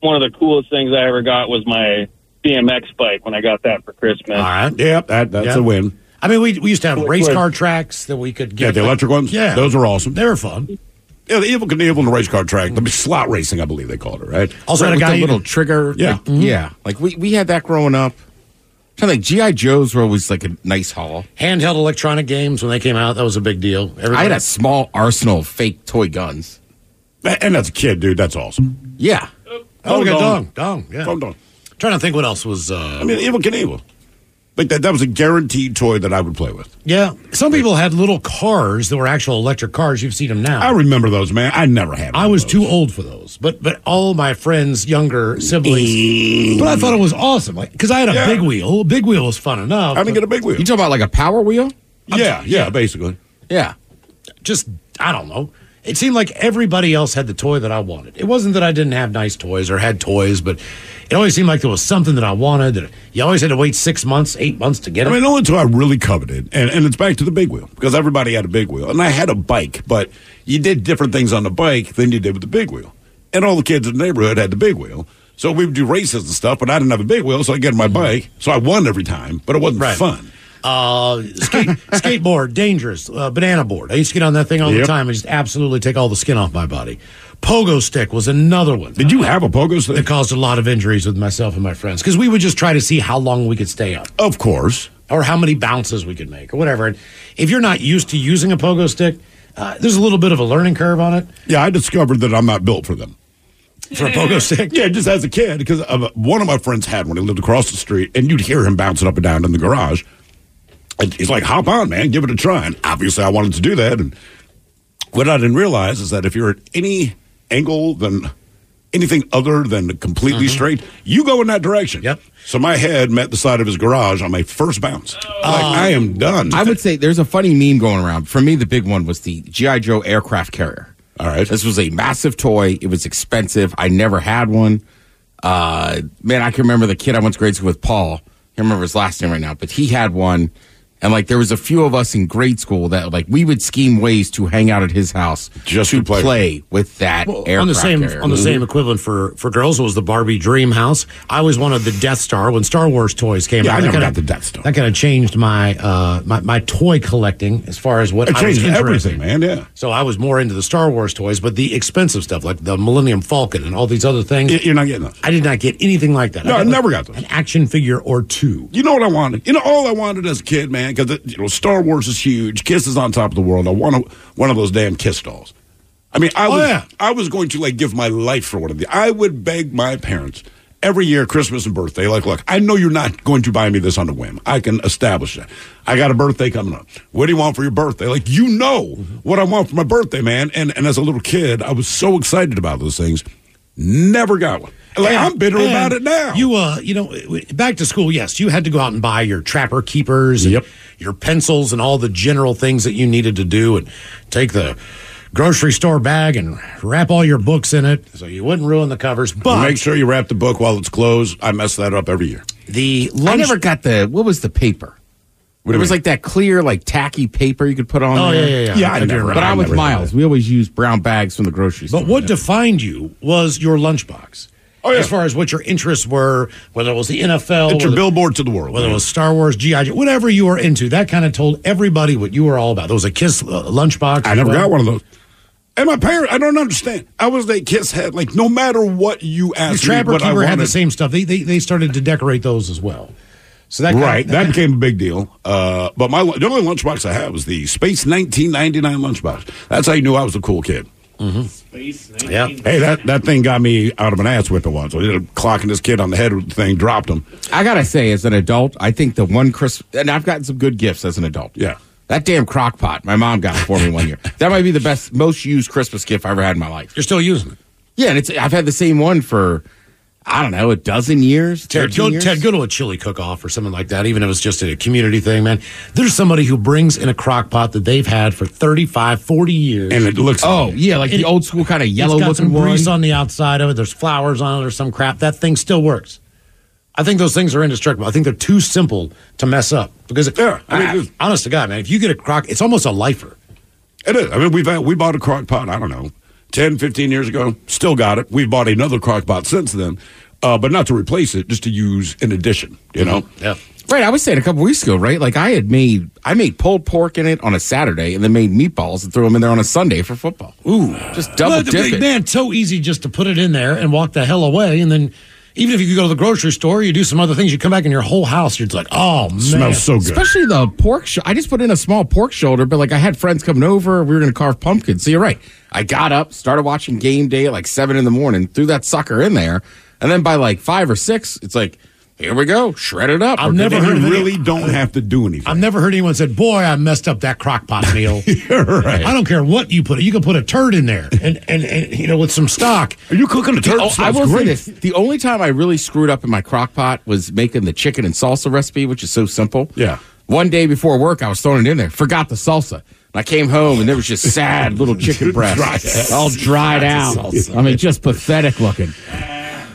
[SPEAKER 12] one of the coolest things I ever got was my BMX bike when I got that for Christmas. All
[SPEAKER 5] right. Yep, that, that's
[SPEAKER 4] Yeah.
[SPEAKER 5] a win.
[SPEAKER 4] I mean, we, we used to have
[SPEAKER 5] Wait,
[SPEAKER 4] race
[SPEAKER 5] wait.
[SPEAKER 4] car tracks that we could get.
[SPEAKER 5] Yeah, the
[SPEAKER 4] like-
[SPEAKER 5] electric ones.
[SPEAKER 4] Yeah,
[SPEAKER 5] those are awesome.
[SPEAKER 4] They were fun.
[SPEAKER 5] Yeah, the evil Knievel and the race car track, the slot racing, I believe they called it, right?
[SPEAKER 7] Also
[SPEAKER 5] right,
[SPEAKER 7] had a
[SPEAKER 5] with
[SPEAKER 7] guy
[SPEAKER 5] the
[SPEAKER 7] you
[SPEAKER 5] little
[SPEAKER 7] could- trigger.
[SPEAKER 5] Yeah,
[SPEAKER 7] like-
[SPEAKER 4] Mm-hmm.
[SPEAKER 7] yeah. Like we, we had that growing up. Kind of like GI Joes were always like a nice haul.
[SPEAKER 4] Handheld electronic games when they came out, that was a big deal.
[SPEAKER 7] I had
[SPEAKER 4] Everybody-
[SPEAKER 7] a small arsenal of fake toy guns.
[SPEAKER 5] And that's a kid, dude. That's awesome.
[SPEAKER 7] Yeah.
[SPEAKER 4] Oh, we
[SPEAKER 5] Dong.
[SPEAKER 4] got Dong. Dong. Yeah.
[SPEAKER 5] Dong, Dong.
[SPEAKER 4] Trying to think what else was. Uh,
[SPEAKER 5] I mean, Evil Knievel. Like that, that was a guaranteed toy that I would play with.
[SPEAKER 4] Yeah. Some people had little cars that were actual electric cars. You've seen them now.
[SPEAKER 5] I remember those, man. I never had.
[SPEAKER 4] I was too old for those, but but all my friends, younger
[SPEAKER 5] E-
[SPEAKER 4] siblings, but I thought it was awesome, like because I had a
[SPEAKER 7] Yeah.
[SPEAKER 4] big wheel. A big wheel was fun enough.
[SPEAKER 7] I didn't get a
[SPEAKER 5] big wheel.
[SPEAKER 7] You talking about like a power wheel?
[SPEAKER 5] Yeah, yeah, basically.
[SPEAKER 7] Yeah.
[SPEAKER 4] Just I don't know. It seemed like everybody else had the toy that I wanted. It wasn't that I didn't have nice toys or had toys, but it always seemed like there was something that I wanted. That you always had to wait six months, eight months to get
[SPEAKER 5] I
[SPEAKER 4] it.
[SPEAKER 5] mean, the only toy I really coveted, and, and it's back to the big wheel because everybody had a big wheel, and I had a bike, but you did different things on the bike than you did with the big wheel, and all the kids in the neighborhood had the big wheel, so we would do races and stuff, but I didn't have a big wheel, so I get on my bike, so I won every time, but it wasn't
[SPEAKER 4] Mm-hmm. Right.
[SPEAKER 5] fun.
[SPEAKER 4] Uh, skate, skateboard, dangerous. Uh, banana board. I used to get on that thing all the
[SPEAKER 5] Yep.
[SPEAKER 4] time and just absolutely take all the skin off my body. Pogo stick was another one. Did
[SPEAKER 5] you have a pogo stick?
[SPEAKER 4] That caused a lot of injuries with myself and my friends because we would just try to see how long we could stay up.
[SPEAKER 5] Of course.
[SPEAKER 4] Or how many bounces we could make or whatever. And if you're not used to using a pogo stick, uh, there's a little bit of a learning curve on it.
[SPEAKER 5] Yeah, I discovered that I'm not built for them.
[SPEAKER 4] For a pogo stick?
[SPEAKER 5] Yeah, just as a kid, because uh, one of my friends had one. He lived across the street, and you'd hear him bouncing up and down in the garage. And he's like, hop on, man, give it a try. And obviously, I wanted to do that. And what I didn't realize is that if you're at any angle than anything other than completely
[SPEAKER 4] Mm-hmm.
[SPEAKER 5] straight, you go in that direction. Yep. So my head met the side of his garage on my first bounce. Like, I am done.
[SPEAKER 7] Um, I would say there's a funny meme going around. For me, the big one was the G.I. Joe aircraft carrier.
[SPEAKER 5] All right.
[SPEAKER 7] This was a massive toy. It was expensive. I never had one. Uh, man, I can remember the kid I went to grade school with, Paul. I can't remember his last name right now, but he had one. And like there was a few of us in grade school that like we would scheme ways to hang out at his house just to play, with that aircraft
[SPEAKER 4] on the same
[SPEAKER 7] carrier.
[SPEAKER 4] on the
[SPEAKER 5] Mm-hmm.
[SPEAKER 4] same equivalent for for girls was the Barbie Dream House. I always wanted the Death Star when Star Wars toys came
[SPEAKER 5] Yeah,
[SPEAKER 4] out.
[SPEAKER 5] I
[SPEAKER 4] that
[SPEAKER 5] never
[SPEAKER 4] kinda-
[SPEAKER 5] got the Death Star.
[SPEAKER 4] That kind of changed my uh my, my toy collecting as far as what
[SPEAKER 5] It
[SPEAKER 4] I was
[SPEAKER 5] changed
[SPEAKER 4] interested
[SPEAKER 5] everything,
[SPEAKER 4] in.
[SPEAKER 5] man. Yeah.
[SPEAKER 4] So I was more into the Star Wars toys, but the expensive stuff like the Millennium Falcon and all these other things.
[SPEAKER 5] You're not getting those.
[SPEAKER 4] I did not get anything like that.
[SPEAKER 5] No, I
[SPEAKER 4] like,
[SPEAKER 5] never got those.
[SPEAKER 4] An action figure or two.
[SPEAKER 5] You know what I wanted? You know all I wanted as a kid, man, because you know Star Wars is huge. Kiss is on top of the world. I want a, one of those damn Kiss dolls. I mean, I
[SPEAKER 4] Oh,
[SPEAKER 5] was
[SPEAKER 4] yeah.
[SPEAKER 5] I was going to like give my life for one of these. I would beg my parents every year, Christmas and birthday, like, look, I know you're not going to buy me this on a whim. I can establish that. I got a birthday coming up. What do you want for your birthday? Like, you know what I want for my birthday, man. And and as a little kid, I was so excited about those things. Never got one. Like, I'm bitter
[SPEAKER 4] And
[SPEAKER 5] about it now.
[SPEAKER 4] You uh, you know, w- back to school. Yes, you had to go out and buy your trapper keepers, and your pencils, and all the general things that you needed to do, and take the grocery store bag and wrap all your books in it so you wouldn't ruin the covers. But
[SPEAKER 5] Make sure you wrap the book while it's closed. I mess that up every year.
[SPEAKER 4] the
[SPEAKER 7] I
[SPEAKER 4] lunch-
[SPEAKER 7] never got the what was the paper?
[SPEAKER 5] What do
[SPEAKER 7] it
[SPEAKER 5] you
[SPEAKER 7] was
[SPEAKER 5] mean?
[SPEAKER 7] like that clear, like tacky paper you could put on.
[SPEAKER 4] Oh,
[SPEAKER 7] there.
[SPEAKER 4] yeah, yeah, yeah. Yeah, I I do never- remember
[SPEAKER 7] But I
[SPEAKER 4] that.
[SPEAKER 7] with
[SPEAKER 4] I never did
[SPEAKER 7] Miles, we always used brown bags from the grocery store.
[SPEAKER 4] But what defined you was your lunchbox. Oh, yeah. As far as what your interests were, whether it was the NFL,
[SPEAKER 5] It's your
[SPEAKER 4] whether-
[SPEAKER 5] billboard to the world.
[SPEAKER 4] whether it was Star Wars, GI Joe, whatever you were into, that kind of told everybody what you were all about. There was a Kiss uh, lunchbox.
[SPEAKER 5] I never got one of those. And my parents, I don't understand. I was a kiss head. Like no matter what you
[SPEAKER 4] Your
[SPEAKER 5] asked me,
[SPEAKER 4] Trapper
[SPEAKER 5] what I
[SPEAKER 4] Keeper
[SPEAKER 5] wanted,
[SPEAKER 4] had the same stuff. They, they they started to decorate those as well. So that
[SPEAKER 5] right,
[SPEAKER 4] Kind
[SPEAKER 5] that became a big deal. Uh, but my the only lunchbox I had was the Space 1999 lunchbox. That's how you knew I was a cool kid.
[SPEAKER 4] yeah.
[SPEAKER 5] Hey, that, that thing got me out of an ass whipping once. I ended up clocking this kid on the head with the thing, dropped him.
[SPEAKER 7] I gotta say, as an adult, I think the one Christmas, and I've gotten some good gifts as an adult.
[SPEAKER 5] Yeah.
[SPEAKER 7] That damn crock pot my mom got for me one year. That might be the best, most used Christmas gift I ever had in my life.
[SPEAKER 4] You're still using it.
[SPEAKER 7] Yeah, and it's I've had the same one for I don't know a dozen years.
[SPEAKER 4] Ted,
[SPEAKER 7] 13
[SPEAKER 4] go,
[SPEAKER 7] years.
[SPEAKER 4] Ted, go to a chili cook-off or something like that, even if it's just a community thing, man. There's somebody who brings in a crock pot that they've had for 35, 40 years.
[SPEAKER 5] And it looks-
[SPEAKER 7] Oh yeah, like
[SPEAKER 4] And
[SPEAKER 7] the old school kind of yellow
[SPEAKER 4] it's got
[SPEAKER 7] looking
[SPEAKER 4] some
[SPEAKER 7] one.
[SPEAKER 4] grease on the outside of it. There's flowers on it or some crap. That thing still works. I think those things are indestructible. I think they're too simple to mess up because,
[SPEAKER 5] I mean,
[SPEAKER 4] I-
[SPEAKER 5] it's-
[SPEAKER 4] honest to God, man, if you get a crock, it's almost a lifer.
[SPEAKER 5] It is. I mean, we've had, we bought a crock pot, I don't know, 10, 15 years ago, still got it. We've bought another crock pot since then. uh, but not to replace it, just to use in addition. You know, yeah.
[SPEAKER 7] Right, I was saying a couple weeks ago, right? Like I had made I made pulled pork in it on a Saturday, and then made meatballs and threw them in there on a Sunday for football. Ooh, just double
[SPEAKER 4] Well,
[SPEAKER 7] dip
[SPEAKER 4] they-
[SPEAKER 7] it.
[SPEAKER 4] Man, so easy just to put it in there and walk the hell away, and then even if you go to the grocery store, you do some other things, you come back in your whole house, you're like, oh man,
[SPEAKER 7] Especially the pork. Sh- I just put in a small pork shoulder, but like I had friends coming over. We were going to carve pumpkins. So you're right. I got up, started watching game day at like seven in the morning, threw that sucker in there, and then by like five or six, it's like, here we go, shred it up.
[SPEAKER 4] I've
[SPEAKER 7] We're
[SPEAKER 4] never
[SPEAKER 7] good to
[SPEAKER 4] heard
[SPEAKER 7] go.
[SPEAKER 4] of any- Really
[SPEAKER 5] don't have to do anything.
[SPEAKER 4] I've never heard anyone said, "Boy, I messed up that crock pot meal."
[SPEAKER 5] right.
[SPEAKER 4] I don't care what you put it. You can put a turd in there, and and, and you know with some stock.
[SPEAKER 5] Are you cooking a
[SPEAKER 7] Oh, I will say this: the only time I really screwed up in my crock pot was making the chicken and salsa recipe, which is so simple. Yeah. One day before work, I was throwing it in there, forgot the salsa. And I came home and there was just sad little chicken breasts,
[SPEAKER 4] Dry-
[SPEAKER 7] all dried
[SPEAKER 4] Lots of
[SPEAKER 7] out.
[SPEAKER 4] salsa.
[SPEAKER 7] I mean, just pathetic looking.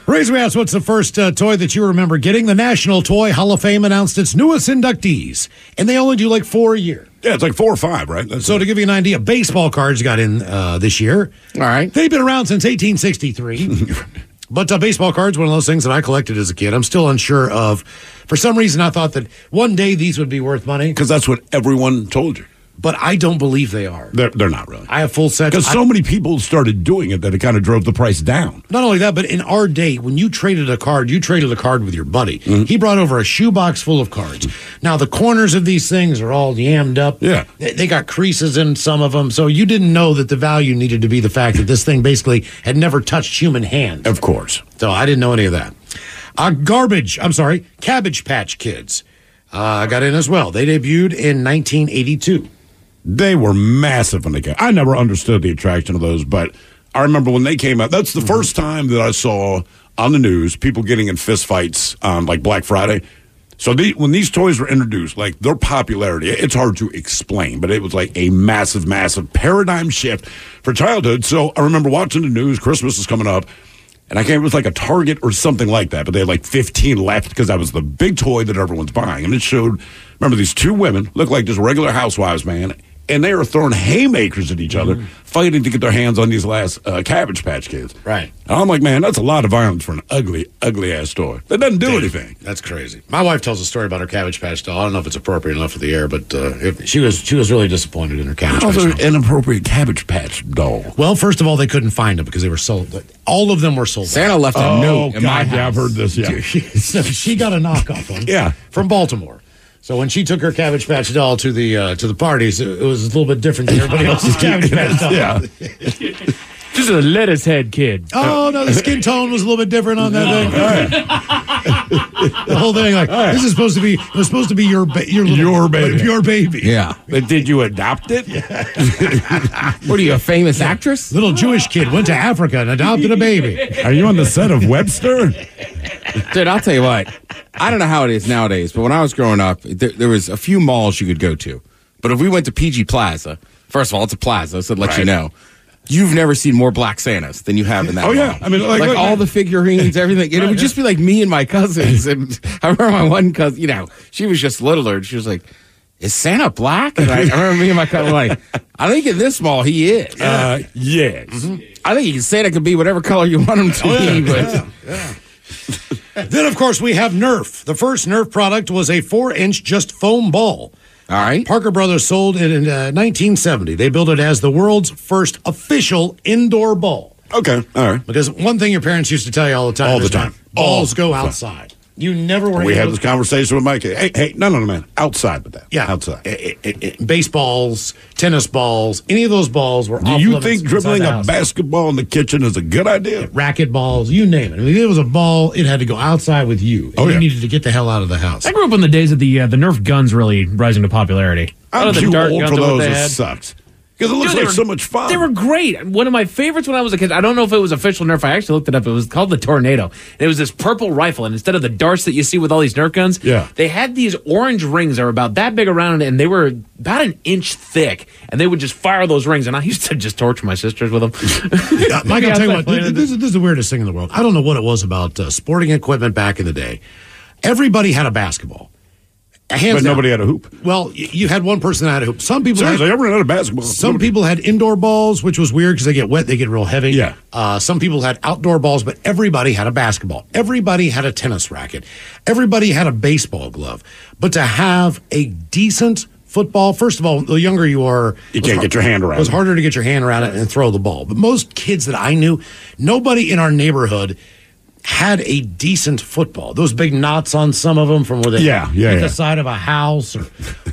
[SPEAKER 4] Raise your ass. What's the first uh, toy that you remember getting? The National Toy Hall of Fame announced its newest inductees, and they only do like four a year.
[SPEAKER 5] Yeah, it's like four or five, right?
[SPEAKER 4] so to give you an idea, baseball cards got in uh, this year.
[SPEAKER 7] All right,
[SPEAKER 4] they've been around since 1863. But uh, baseball cards, one of those things that I collected as a kid. I'm still unsure of. For some reason, I thought that one day these would be worth money. Because
[SPEAKER 5] that's what everyone told you.
[SPEAKER 4] But I don't believe they are.
[SPEAKER 5] They're, they're not really.
[SPEAKER 4] I have full sets.
[SPEAKER 5] Because
[SPEAKER 4] I-
[SPEAKER 5] so many people started doing it that it kind of drove the price down.
[SPEAKER 4] Not only that, but in our day, when you traded a card, you traded a card with your buddy.
[SPEAKER 5] Mm-hmm.
[SPEAKER 4] He brought over a shoebox full of cards. Now the corners of these things are all yammed up. Yeah, they, they got creases in some of them, so you didn't know that the value needed to be the fact that this thing basically had never touched human hand.
[SPEAKER 5] Of course.
[SPEAKER 4] So I didn't know any of that. Uh, garbage. I'm sorry, Cabbage Patch Kids. Uh, got in as well. They debuted in 1982.
[SPEAKER 5] They were massive when they came. I never understood the attraction of those, but I remember when they came out. That's the first time that I saw on the news people getting in fistfights on like Black Friday. So the, when these toys were introduced, like their popularity, it's hard to explain, but it was like a massive, massive paradigm shift for childhood. So I remember watching the news. Christmas is coming up. And I can't, it was like a Target or something like that, but they had like 15 left because that was the big toy that everyone's buying. And it showed, remember, these two women look like just regular housewives, man. And they are throwing haymakers at each
[SPEAKER 4] Mm-hmm.
[SPEAKER 5] other, fighting to get their hands on these last uh, Cabbage Patch kids.
[SPEAKER 4] Right.
[SPEAKER 5] And I'm like, man, that's a lot of violence for an ugly, ugly ass toy. That doesn't do anything.
[SPEAKER 4] That's crazy. My wife tells a story about her Cabbage Patch doll. I don't know if it's appropriate enough for the air, but uh, it, she was she was really disappointed in her Cabbage Patch.
[SPEAKER 5] Also, inappropriate Cabbage Patch doll.
[SPEAKER 4] Well, first of all, they couldn't find them because they were sold. All of them were sold.
[SPEAKER 7] Santa left a
[SPEAKER 4] oh,
[SPEAKER 7] note
[SPEAKER 4] God,
[SPEAKER 7] in my
[SPEAKER 4] yeah, I've
[SPEAKER 7] house.
[SPEAKER 4] heard this. Yeah, so she got a knockoff one. yeah, from Baltimore. So when she took her Cabbage Patch doll to the uh, to the parties, it, it was a little bit different than everybody else's Cabbage Patch doll.
[SPEAKER 2] Yeah. Just a lettuce head kid.
[SPEAKER 4] Oh no, the skin tone was a little bit different on that thing. the whole thing, like this is supposed to be it was supposed to be your ba- your little, your baby, your baby.
[SPEAKER 7] Yeah.
[SPEAKER 5] But Uh, did you adopt it? Yeah.
[SPEAKER 7] what are you, a famous actress?
[SPEAKER 4] Little Jewish kid went to Africa and adopted a baby.
[SPEAKER 5] Are you on the set of Webster?
[SPEAKER 7] Dude, I'll tell you what. I don't know how it is nowadays, but when I was growing up, there, there was a few malls you could go to. But if we went to PG Plaza, first of all, it's a plaza, so it lets you
[SPEAKER 5] Right.
[SPEAKER 7] know. You've never seen more Black Santas than you have in that.
[SPEAKER 5] Oh, yeah.
[SPEAKER 7] mall.
[SPEAKER 5] I mean, like- like-
[SPEAKER 7] all the figurines, everything. And it would just be like me and my cousins. And I remember my one cousin, you know, she was just littler, and she was like, "Is Santa black?" And I, I remember me and my cousin were like, "I think in this mall he is." Mm-hmm.
[SPEAKER 5] Uh, yes. Oh,
[SPEAKER 7] I think Santa could be whatever color you want him to be, but.
[SPEAKER 4] then, of course, we have Nerf. The first Nerf product was a four-inch just foam ball.
[SPEAKER 7] All right.
[SPEAKER 4] Parker Brothers sold it in uh, 1970. They built it as the world's first official indoor ball.
[SPEAKER 5] Okay. All right.
[SPEAKER 4] Because one thing your parents used to tell you all the time.
[SPEAKER 5] All the
[SPEAKER 4] is
[SPEAKER 5] time.
[SPEAKER 4] Balls
[SPEAKER 5] All
[SPEAKER 4] go
[SPEAKER 5] the time.
[SPEAKER 4] outside. You never were
[SPEAKER 5] We
[SPEAKER 4] able
[SPEAKER 5] had
[SPEAKER 4] to-
[SPEAKER 5] this conversation with Mike. Hey, hey, no, no, no, man. Outside with that.
[SPEAKER 4] Yeah.
[SPEAKER 5] Outside.
[SPEAKER 4] I- I- I- baseballs, tennis balls, any of those balls were
[SPEAKER 5] Do
[SPEAKER 4] off
[SPEAKER 5] you
[SPEAKER 4] limits
[SPEAKER 5] think
[SPEAKER 4] inside
[SPEAKER 5] dribbling
[SPEAKER 4] the
[SPEAKER 5] a
[SPEAKER 4] house.
[SPEAKER 5] basketball in the kitchen is a good idea?
[SPEAKER 4] Racket balls, you name it. I mean, it was a ball. It had to go outside with you. And
[SPEAKER 2] Oh,
[SPEAKER 4] you
[SPEAKER 2] yeah.
[SPEAKER 4] needed to get the hell out of the house.
[SPEAKER 2] I grew up in the days of the uh, the Nerf guns really rising to popularity.
[SPEAKER 5] I'm
[SPEAKER 2] Other than
[SPEAKER 5] too
[SPEAKER 2] dart
[SPEAKER 5] old
[SPEAKER 2] guns
[SPEAKER 5] for
[SPEAKER 2] and what
[SPEAKER 5] those.
[SPEAKER 2] they
[SPEAKER 5] It
[SPEAKER 2] had.
[SPEAKER 5] sucks. Because it looks
[SPEAKER 2] Dude, they
[SPEAKER 5] like
[SPEAKER 2] were-
[SPEAKER 5] so much fun.
[SPEAKER 2] They were great. One of my favorites when I was a kid. I don't know if it was a official Nerf. I actually looked it up. It was called the Tornado. And it was this purple rifle, and instead of the darts that you see with all these Nerf guns,
[SPEAKER 5] Yeah.
[SPEAKER 2] they had these orange rings that were about that big around, and they were about an inch thick. And they would just fire those rings, and I used to just torture my sisters with them.
[SPEAKER 4] Uh, Mike, I'll
[SPEAKER 2] Yeah,
[SPEAKER 4] tell you
[SPEAKER 2] I'm
[SPEAKER 4] what,
[SPEAKER 2] playing
[SPEAKER 4] this, this is- this is the weirdest thing in the world. I don't know what it was about uh, sporting equipment back in the day. Everybody had a basketball. Hands
[SPEAKER 5] but
[SPEAKER 4] down.
[SPEAKER 5] nobody had a hoop.
[SPEAKER 4] Well, y- you had one person that had a hoop. Some people
[SPEAKER 5] Seriously,
[SPEAKER 4] had,
[SPEAKER 5] everyone had a basketball.
[SPEAKER 4] Some people had indoor balls, which was weird because they get wet, they get real heavy. Yeah. Uh, some people had outdoor balls, but everybody had a basketball. Everybody had a tennis racket. Everybody had a baseball glove. But to have a decent football, first of all, the younger you are,
[SPEAKER 5] You
[SPEAKER 4] was
[SPEAKER 5] can't
[SPEAKER 4] har-
[SPEAKER 5] get your hand around
[SPEAKER 4] It was
[SPEAKER 5] it.
[SPEAKER 4] harder to get your hand around it and throw the ball. But most kids that I knew, nobody in our neighborhood had a decent football. Those big knots on some of them from where they
[SPEAKER 5] Yeah, yeah,
[SPEAKER 4] hit the
[SPEAKER 5] yeah.
[SPEAKER 4] side of a house or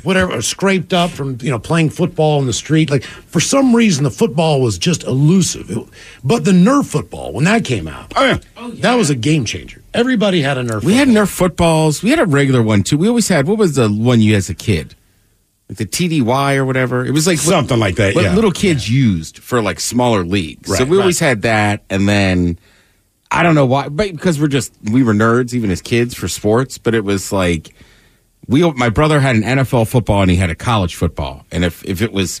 [SPEAKER 4] whatever, or scraped up from you know playing football in the street. Like for some reason, the football was just elusive. It- but the Nerf football, when that came out, oh, yeah. that was a game changer. Everybody had a Nerf.
[SPEAKER 7] We had Nerf footballs. We had a regular one too. We always had. What was the one you had as a kid? Like the TDY or whatever. It was like
[SPEAKER 5] Something like that,
[SPEAKER 7] What
[SPEAKER 5] yeah.
[SPEAKER 7] little kids used for like smaller leagues. so
[SPEAKER 5] Right.
[SPEAKER 7] we always had that, and then I don't know why, but because we're just we were nerds even as kids for sports. But it was like we. My brother had an NFL football and he had a college football, and if if it was.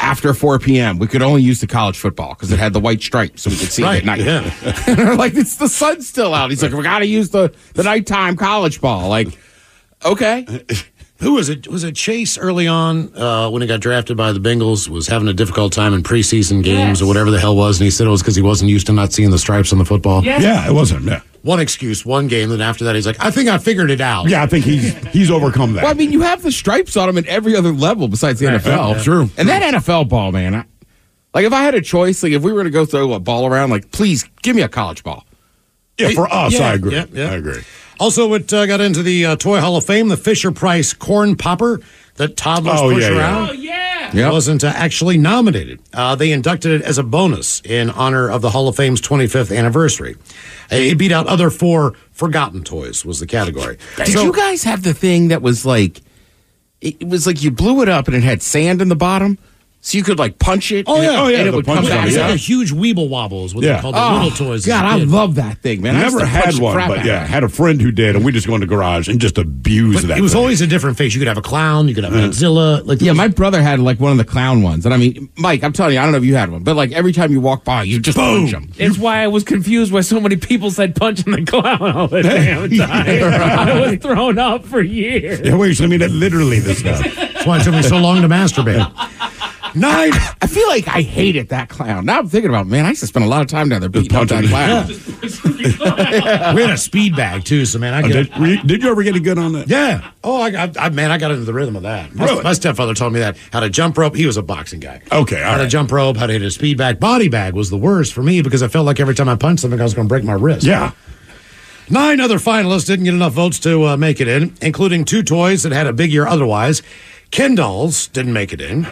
[SPEAKER 7] After 4 p.m., we could only use the college football because it had the white stripe, so we could see it
[SPEAKER 4] Right,
[SPEAKER 7] at night.
[SPEAKER 4] yeah.
[SPEAKER 7] and we're like, it's the sun's still out. He's like, we got to use the, the nighttime college ball. Like, okay.
[SPEAKER 4] Who was it? Was it Chase early on uh, when he got drafted by the Bengals? Was having a difficult time in preseason games or whatever the hell it was, and he said it was because he wasn't used to not seeing the stripes on the football.
[SPEAKER 5] Yes. Yeah, it was him, yeah.
[SPEAKER 4] one excuse, one game. Then after that, he's like, I think I figured it out.
[SPEAKER 5] Yeah, I think he's he's overcome that.
[SPEAKER 7] Well, I mean, you have the stripes on them at every other level besides the
[SPEAKER 5] Right,
[SPEAKER 7] NFL.
[SPEAKER 5] yeah, true.
[SPEAKER 7] And that NFL ball, man. I, like, if I had a choice, like, if we were to go throw a ball around, like, please give me a college ball.
[SPEAKER 5] Yeah, for us,
[SPEAKER 4] Yeah,
[SPEAKER 5] I agree.
[SPEAKER 4] yeah, yeah.
[SPEAKER 5] I agree.
[SPEAKER 4] Also, it uh, got into the uh, Toy Hall of Fame, the Fisher Price corn popper that toddlers
[SPEAKER 5] Oh,
[SPEAKER 4] push
[SPEAKER 5] yeah, yeah.
[SPEAKER 4] around.
[SPEAKER 5] Oh,
[SPEAKER 4] yeah. Wasn't uh, actually nominated. Uh, they inducted it as a bonus in honor of the Hall of Fame's 25th anniversary. Uh, It beat out other four forgotten toys, was the category.
[SPEAKER 7] Did you guys have the thing that was like, it, it was like you blew it up and it had sand in the bottom? So you could like punch it.
[SPEAKER 4] Oh,
[SPEAKER 7] and
[SPEAKER 4] yeah.
[SPEAKER 7] it,
[SPEAKER 4] Oh, yeah,
[SPEAKER 7] And it
[SPEAKER 4] the
[SPEAKER 7] would
[SPEAKER 4] punch
[SPEAKER 7] come
[SPEAKER 4] it up,
[SPEAKER 7] back.
[SPEAKER 4] yeah. Like a huge Weeble Wobble is what they called the little toys as
[SPEAKER 7] God,
[SPEAKER 4] a
[SPEAKER 7] I
[SPEAKER 4] kid.
[SPEAKER 7] love that thing, man. I used
[SPEAKER 5] Never
[SPEAKER 7] to punch
[SPEAKER 5] had
[SPEAKER 7] the
[SPEAKER 5] one,
[SPEAKER 7] crap out
[SPEAKER 5] but
[SPEAKER 7] of
[SPEAKER 5] yeah,
[SPEAKER 7] it.
[SPEAKER 5] had a friend who did, and we just go in the garage and just abuse that.
[SPEAKER 4] It was
[SPEAKER 5] thing.
[SPEAKER 4] always a different face. You could have a clown, you could have an Godzilla. Like,
[SPEAKER 7] Mm. yeah, my brother had like one of the clown ones, and I mean, Mike, I'm telling you, I don't know if you had one, but like every time you walk by, you just punch them.
[SPEAKER 2] It's why I was confused why so many people said punching the clown all the damn time. I was thrown up for years.
[SPEAKER 5] Yeah, wait, so I mean, that literally this stuff.
[SPEAKER 4] That's why it took me so long to masturbate. Nine.
[SPEAKER 7] I feel like I hated that clown. Now I'm thinking about, man, I used to spend a lot of time down there beating up that clown.
[SPEAKER 4] we had a speed bag too, so man, I
[SPEAKER 5] Uh,
[SPEAKER 4] get.
[SPEAKER 5] did, were you, did you ever get a good on that?
[SPEAKER 4] yeah. Oh, I, I, I man, I got into the rhythm of that. My,
[SPEAKER 5] Really?
[SPEAKER 4] my stepfather taught me that how to jump rope. He was a boxing guy.
[SPEAKER 5] Okay, all
[SPEAKER 4] how to
[SPEAKER 5] right.
[SPEAKER 4] jump rope, how to hit a speed bag. Body bag was the worst for me because I felt like every time I punched something, I was going to break my wrist.
[SPEAKER 5] Yeah.
[SPEAKER 4] Nine other finalists didn't get enough votes to uh, make it in, including two toys that had a big year otherwise. Ken dolls didn't make it in.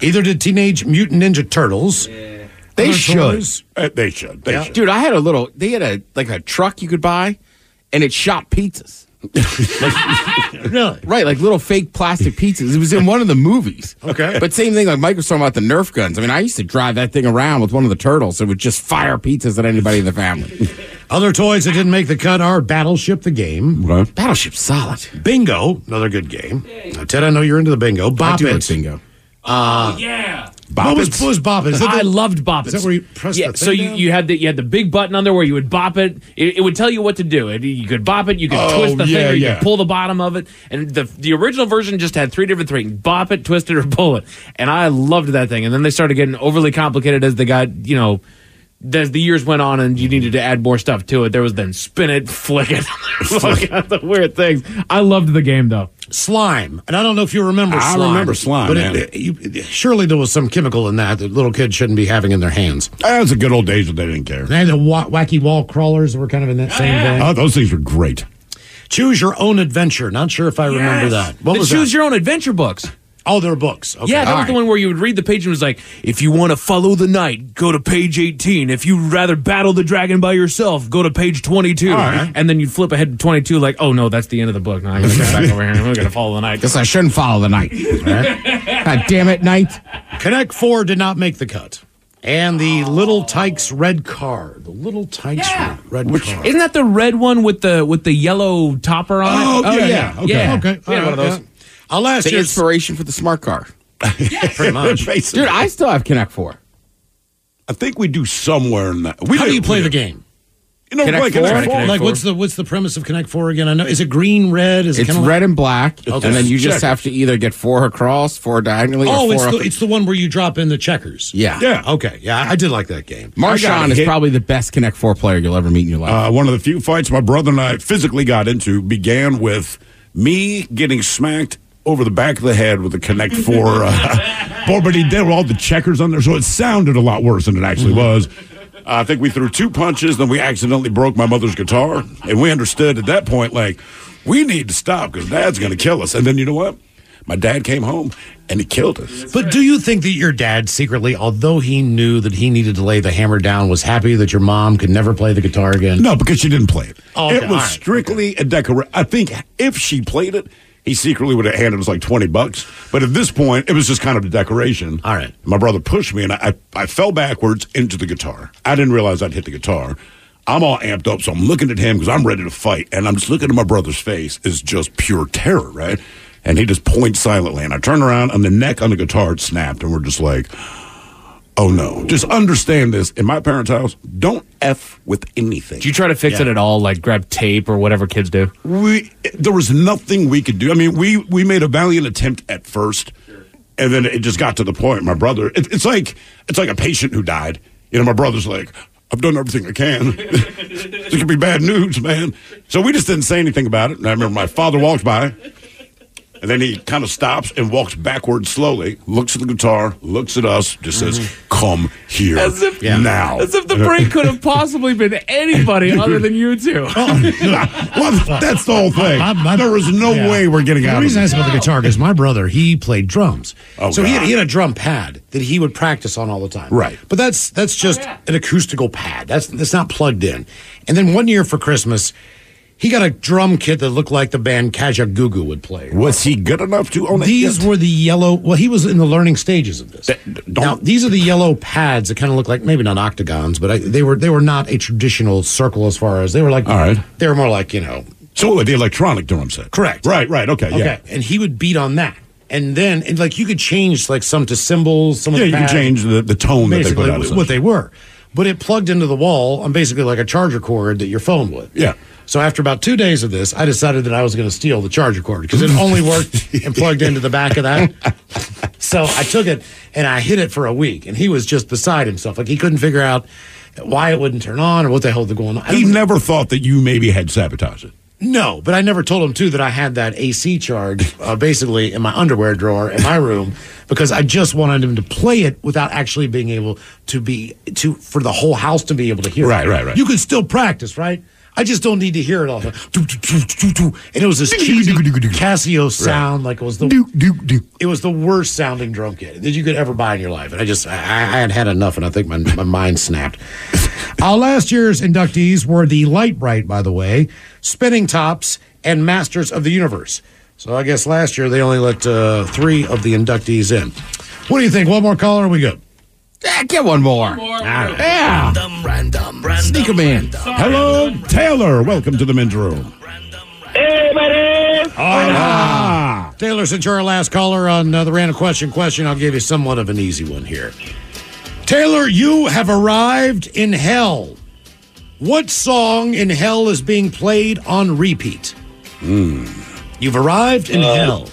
[SPEAKER 4] Either did Teenage Mutant Ninja Turtles.
[SPEAKER 7] They
[SPEAKER 4] Other
[SPEAKER 7] should.
[SPEAKER 4] toys-
[SPEAKER 5] Uh, they should. They should.
[SPEAKER 7] Dude, I had a little, they had a, like a truck you could buy, and it shot pizzas.
[SPEAKER 4] Really?
[SPEAKER 7] Right, like little fake plastic pizzas. It was in one of the movies.
[SPEAKER 4] Okay.
[SPEAKER 7] But same thing, like Mike was talking about the Nerf guns. I mean, I used to drive that thing around with one of the turtles. It would just fire pizzas at anybody in the family.
[SPEAKER 4] Other toys that didn't make the cut are Battleship the Game,
[SPEAKER 5] Okay.
[SPEAKER 7] Battleship solid.
[SPEAKER 4] Bingo, another good game. Now, Ted, I know you're into the bingo.
[SPEAKER 7] I
[SPEAKER 4] Bop
[SPEAKER 7] do like
[SPEAKER 4] It.
[SPEAKER 7] bingo.
[SPEAKER 2] Yeah.
[SPEAKER 4] What was, what was Bop It? Is that
[SPEAKER 2] I
[SPEAKER 4] the-
[SPEAKER 2] loved Bop It.
[SPEAKER 4] Is that where you press
[SPEAKER 2] yeah,
[SPEAKER 4] the
[SPEAKER 2] so you, you had the you had the big button on there where you would bop it. It, it would tell you what to do. It, you could bop it, you could
[SPEAKER 5] Oh,
[SPEAKER 2] twist the
[SPEAKER 5] yeah,
[SPEAKER 2] finger, you
[SPEAKER 5] yeah.
[SPEAKER 2] could pull the bottom of it. And the the original version just had three different things: bop it, twist it, or pull it. And I loved that thing. And then they started getting overly complicated as they got you know. As the years went on, and you needed to add more stuff to it, there was then spin it, flick it, look at the weird things. I loved the game though.
[SPEAKER 4] slime, and I don't know if you remember.
[SPEAKER 5] I
[SPEAKER 4] slime,
[SPEAKER 5] remember slime,
[SPEAKER 4] but
[SPEAKER 5] man.
[SPEAKER 4] it, you, surely there was some chemical in that that little kids shouldn't be having in their hands.
[SPEAKER 5] That was the good old days when they didn't care.
[SPEAKER 4] And they had the wa- wacky wall crawlers that were kind of in that same vein.
[SPEAKER 5] Oh, those things were great.
[SPEAKER 4] Uh, Choose your own adventure. Not sure if I remember that. What
[SPEAKER 2] The
[SPEAKER 4] was
[SPEAKER 2] choose
[SPEAKER 4] that?
[SPEAKER 2] your own adventure books.
[SPEAKER 4] oh, there were books. Okay.
[SPEAKER 2] Yeah, that
[SPEAKER 4] All
[SPEAKER 2] was
[SPEAKER 4] right.
[SPEAKER 2] the one where you would read the page and it was like, if you want to follow the knight, go to page 18. If you'd rather battle the dragon by yourself, go to page 22.
[SPEAKER 4] right.
[SPEAKER 2] And then you'd flip ahead to 22, like, oh no, that's the end of the book. No, I'm going to go back over here. I'm going to follow the knight.
[SPEAKER 7] Guess I shouldn't follow the night. God damn it, night.
[SPEAKER 4] Connect Four did not make the cut, and the Little Tykes red car. The Little Tykes red, red car.
[SPEAKER 2] Isn't that the red one with the with the yellow topper on
[SPEAKER 5] Oh,
[SPEAKER 2] it?
[SPEAKER 5] yeah, yeah. Okay.
[SPEAKER 4] Okay.
[SPEAKER 2] We had one of those.
[SPEAKER 4] I'll last
[SPEAKER 7] The
[SPEAKER 4] year's
[SPEAKER 7] inspiration for the smart car.
[SPEAKER 4] pretty much.
[SPEAKER 5] Basically.
[SPEAKER 7] Dude, I still have Connect 4.
[SPEAKER 5] I think we do somewhere in that. We
[SPEAKER 4] How
[SPEAKER 5] do,
[SPEAKER 4] do you play
[SPEAKER 5] we
[SPEAKER 4] the
[SPEAKER 5] do.
[SPEAKER 4] game?
[SPEAKER 5] You know,
[SPEAKER 7] Connect
[SPEAKER 5] like,
[SPEAKER 7] Four?
[SPEAKER 5] Connect
[SPEAKER 7] Connect
[SPEAKER 4] like
[SPEAKER 7] Four.
[SPEAKER 4] what's the what's the premise of Connect Four again? I know is it green, red? Is it
[SPEAKER 7] it's
[SPEAKER 4] kinda like-
[SPEAKER 7] red and black,
[SPEAKER 4] Okay.
[SPEAKER 7] and then you just
[SPEAKER 4] Check.
[SPEAKER 7] have to either get four across, four diagonally, or
[SPEAKER 4] Oh,
[SPEAKER 7] four
[SPEAKER 4] it's
[SPEAKER 7] up.
[SPEAKER 4] the, it's the one where you drop in the checkers.
[SPEAKER 7] Yeah.
[SPEAKER 4] yeah. Okay, yeah, I I did like that game. I
[SPEAKER 7] Marshawn
[SPEAKER 4] got
[SPEAKER 7] is
[SPEAKER 4] hit.
[SPEAKER 7] probably the best Connect Four player you'll ever meet in your life.
[SPEAKER 5] Uh, one of the few fights my brother and I physically got into began with me getting smacked over the back of the head with a Connect Four. Uh, board, but he did with all the checkers on there, so it sounded a lot worse than it actually was. I think we threw two punches, then we accidentally broke my mother's guitar, and we understood at that point, like, we need to stop because Dad's going to kill us. And then you know what? My dad came home and he killed us.
[SPEAKER 4] But do you think that your dad secretly, although he knew that he needed to lay the hammer down, was happy that your mom could never play the guitar again?
[SPEAKER 5] No, because she didn't play it.
[SPEAKER 4] Oh, okay.
[SPEAKER 5] It was
[SPEAKER 4] All right.
[SPEAKER 5] strictly a decoration. I think if she played it, he secretly would have handed us like 20 bucks. But at this point, it was just kind of a decoration. All right. My brother pushed me and I, I, I fell backwards into the guitar. I didn't realize I'd hit the guitar. I'm all amped up, so I'm looking at him because I'm ready to fight. And I'm just looking at my brother's face is just pure terror, right? And he just points silently. And I turn around and the neck on the guitar had snapped. And we're just like, oh no. Just understand this. In my parents' house, don't F with anything.
[SPEAKER 2] Do you try to fix it at all? Like grab tape or whatever kids do?
[SPEAKER 5] We there was nothing we could do. I mean, we we made a valiant attempt at first, and then it just got to the point. My brother, it, it's like it's like a patient who died. You know, my brother's like, I've done everything I can. this could be bad news, man. So we just didn't say anything about it. And I remember my father walked by, and then he kind of stops and walks backwards slowly, looks at the guitar, looks at us, just says,
[SPEAKER 4] Mm-hmm.
[SPEAKER 5] "Come here
[SPEAKER 2] As if-
[SPEAKER 5] now."
[SPEAKER 2] As if the break could have possibly been anybody other than you two.
[SPEAKER 5] well, that's the whole thing. there was no
[SPEAKER 4] Yeah.
[SPEAKER 5] way we're getting
[SPEAKER 4] the
[SPEAKER 5] out of
[SPEAKER 4] reason I
[SPEAKER 5] this.
[SPEAKER 4] asked about the guitar is my brother, he played drums.
[SPEAKER 5] Oh,
[SPEAKER 4] so he had,
[SPEAKER 5] God.
[SPEAKER 4] he had a drum pad that he would practice on all the time.
[SPEAKER 5] Right.
[SPEAKER 4] But that's that's just an acoustical pad. That's that's not plugged in. And then one year for Christmas, he got a drum kit that looked like the band Kajagoogoo would play. Oh,
[SPEAKER 5] Was he good enough to own it
[SPEAKER 4] These
[SPEAKER 5] yet?
[SPEAKER 4] were the yellow. Well, he was in the learning stages of this. now, these are the yellow pads that kind of look like maybe not octagons, but I, they were they were not a traditional circle as far as they were like. All right. They were more like you know
[SPEAKER 5] So the electronic drum set.
[SPEAKER 4] Correct.
[SPEAKER 5] Right, right. Okay, Uh, yeah.
[SPEAKER 4] And he would beat on that. And then, and like, you could change, like, some to cymbals, some of
[SPEAKER 5] Yeah,
[SPEAKER 4] the
[SPEAKER 5] you could
[SPEAKER 4] pad.
[SPEAKER 5] change the, the tone that they
[SPEAKER 4] Basically,
[SPEAKER 5] put out.
[SPEAKER 4] what- what they were. But it plugged into the wall on basically like a charger cord that your phone would.
[SPEAKER 5] Yeah.
[SPEAKER 4] So after about two days of this, I decided that I was going to steal the charger cord because it only worked and plugged into the back of that. So I took it and I hid it for a week, and he was just beside himself. Like he couldn't figure out why it wouldn't turn on or what the hell was going on. I
[SPEAKER 5] He
[SPEAKER 4] don't-
[SPEAKER 5] never thought that you maybe had sabotaged it.
[SPEAKER 4] no, but I never told him too that I had that AC charge uh, basically in my underwear drawer in my room because I just wanted him to play it without actually being able to be to for the whole house to be able to hear. it.
[SPEAKER 5] Right, right, right.
[SPEAKER 4] You can still practice, right? I just don't need to hear it all. the time. Doo, doo, doo, doo, doo. And it was this cheesy Casio sound, like it was the it was the worst sounding drum kit that you could ever buy in your life. And I just I, I had had enough, and I think my my mind snapped. Our last year's inductees were the Light Bright, by the way, Spinning Tops, and Masters of the Universe. So I guess last year they only let uh, three of the inductees in. What do you think? One more caller, or we go?
[SPEAKER 7] Eh, get one more.
[SPEAKER 4] Yeah.
[SPEAKER 8] Random,
[SPEAKER 7] Sneak him in.
[SPEAKER 5] Hello, Taylor. Welcome to the men's room.
[SPEAKER 6] Hey, buddy.
[SPEAKER 4] Ah. Taylor, since you're our last caller on uh, the random question question, I'll give you somewhat of an easy one here. Taylor, you have arrived in hell. What song in hell is being played on repeat? You've arrived in
[SPEAKER 6] Uh,
[SPEAKER 4] hell.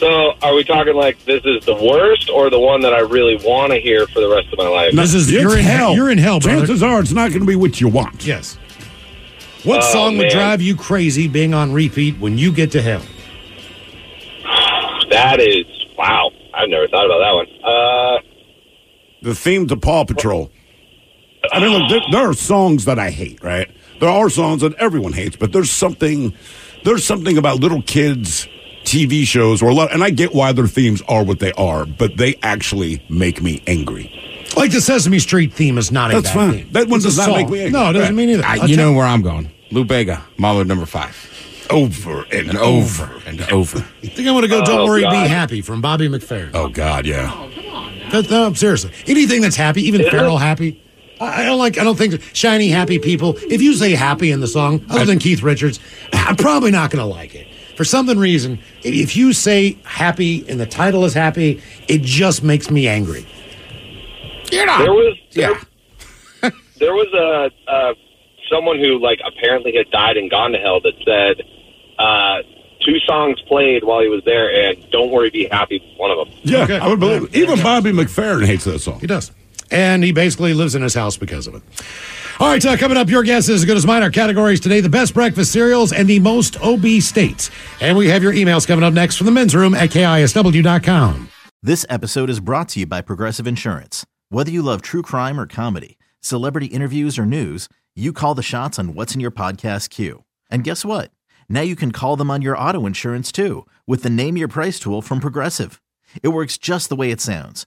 [SPEAKER 6] So, are we talking like this is the worst or the one that I really want to hear for the rest of my life?
[SPEAKER 4] This is-
[SPEAKER 5] It's
[SPEAKER 4] you're in he- you're in hell, brother.
[SPEAKER 5] Chances are it's not going to be what you want.
[SPEAKER 4] Yes. What
[SPEAKER 6] Oh,
[SPEAKER 4] song would
[SPEAKER 6] man.
[SPEAKER 4] drive you crazy being on repeat when you get to hell?
[SPEAKER 6] That is wow. I've never thought about that one. Uh,
[SPEAKER 5] The theme to Paw Patrol. I mean, look, there, there are songs that I hate, right? There are songs that everyone hates, but there's something, there's something about little kids' TV shows or a lot, and I get why their themes are what they are, but they actually make me angry.
[SPEAKER 4] Like the Sesame Street theme is not
[SPEAKER 5] That's
[SPEAKER 4] a bad
[SPEAKER 5] fine.
[SPEAKER 4] theme.
[SPEAKER 5] That one
[SPEAKER 4] It's a
[SPEAKER 5] does not
[SPEAKER 4] song.
[SPEAKER 5] make me angry.
[SPEAKER 4] No, it doesn't mean either.
[SPEAKER 7] I-
[SPEAKER 4] I'll
[SPEAKER 7] you
[SPEAKER 4] tell-
[SPEAKER 7] know where I'm going. Lou Bega, Mambo number five.
[SPEAKER 5] over and,
[SPEAKER 7] And over and over.
[SPEAKER 4] I think I'm going to go. Don't
[SPEAKER 6] Oh,
[SPEAKER 4] worry,
[SPEAKER 6] God.
[SPEAKER 4] be happy from Bobby McFerrin.
[SPEAKER 5] Oh God, yeah.
[SPEAKER 4] That, no, seriously. Anything that's happy, even
[SPEAKER 6] Yeah.
[SPEAKER 4] Farrell happy. I I don't like. I don't think shiny happy people. If you say happy in the song, other than Keith Richards, I'm probably not going to like it. For something reason, i- if you say happy and the title is happy, it just makes me angry.
[SPEAKER 7] You're not.
[SPEAKER 6] There was-
[SPEAKER 7] Yeah.
[SPEAKER 6] there was a, a
[SPEAKER 13] someone who like apparently had died and gone to hell that said uh, two songs played while he was there, and "Don't Worry, Be Happy" was one of them.
[SPEAKER 5] Yeah, I would believe it. Even Bobby McFerrin hates that song.
[SPEAKER 4] He does. And he basically lives in his house because of it. All right, uh, coming up, your guess is as good as mine. Our categories today the best breakfast cereals and the most obese states. And we have your emails coming up next from the men's room at KISW.com.
[SPEAKER 10] This episode is brought to you by Progressive Insurance. Whether you love true crime or comedy, celebrity interviews or news, you call the shots on what's in your podcast queue. And guess what? Now you can call them on your auto insurance too with the Name Your Price tool from Progressive. It works just the way it sounds.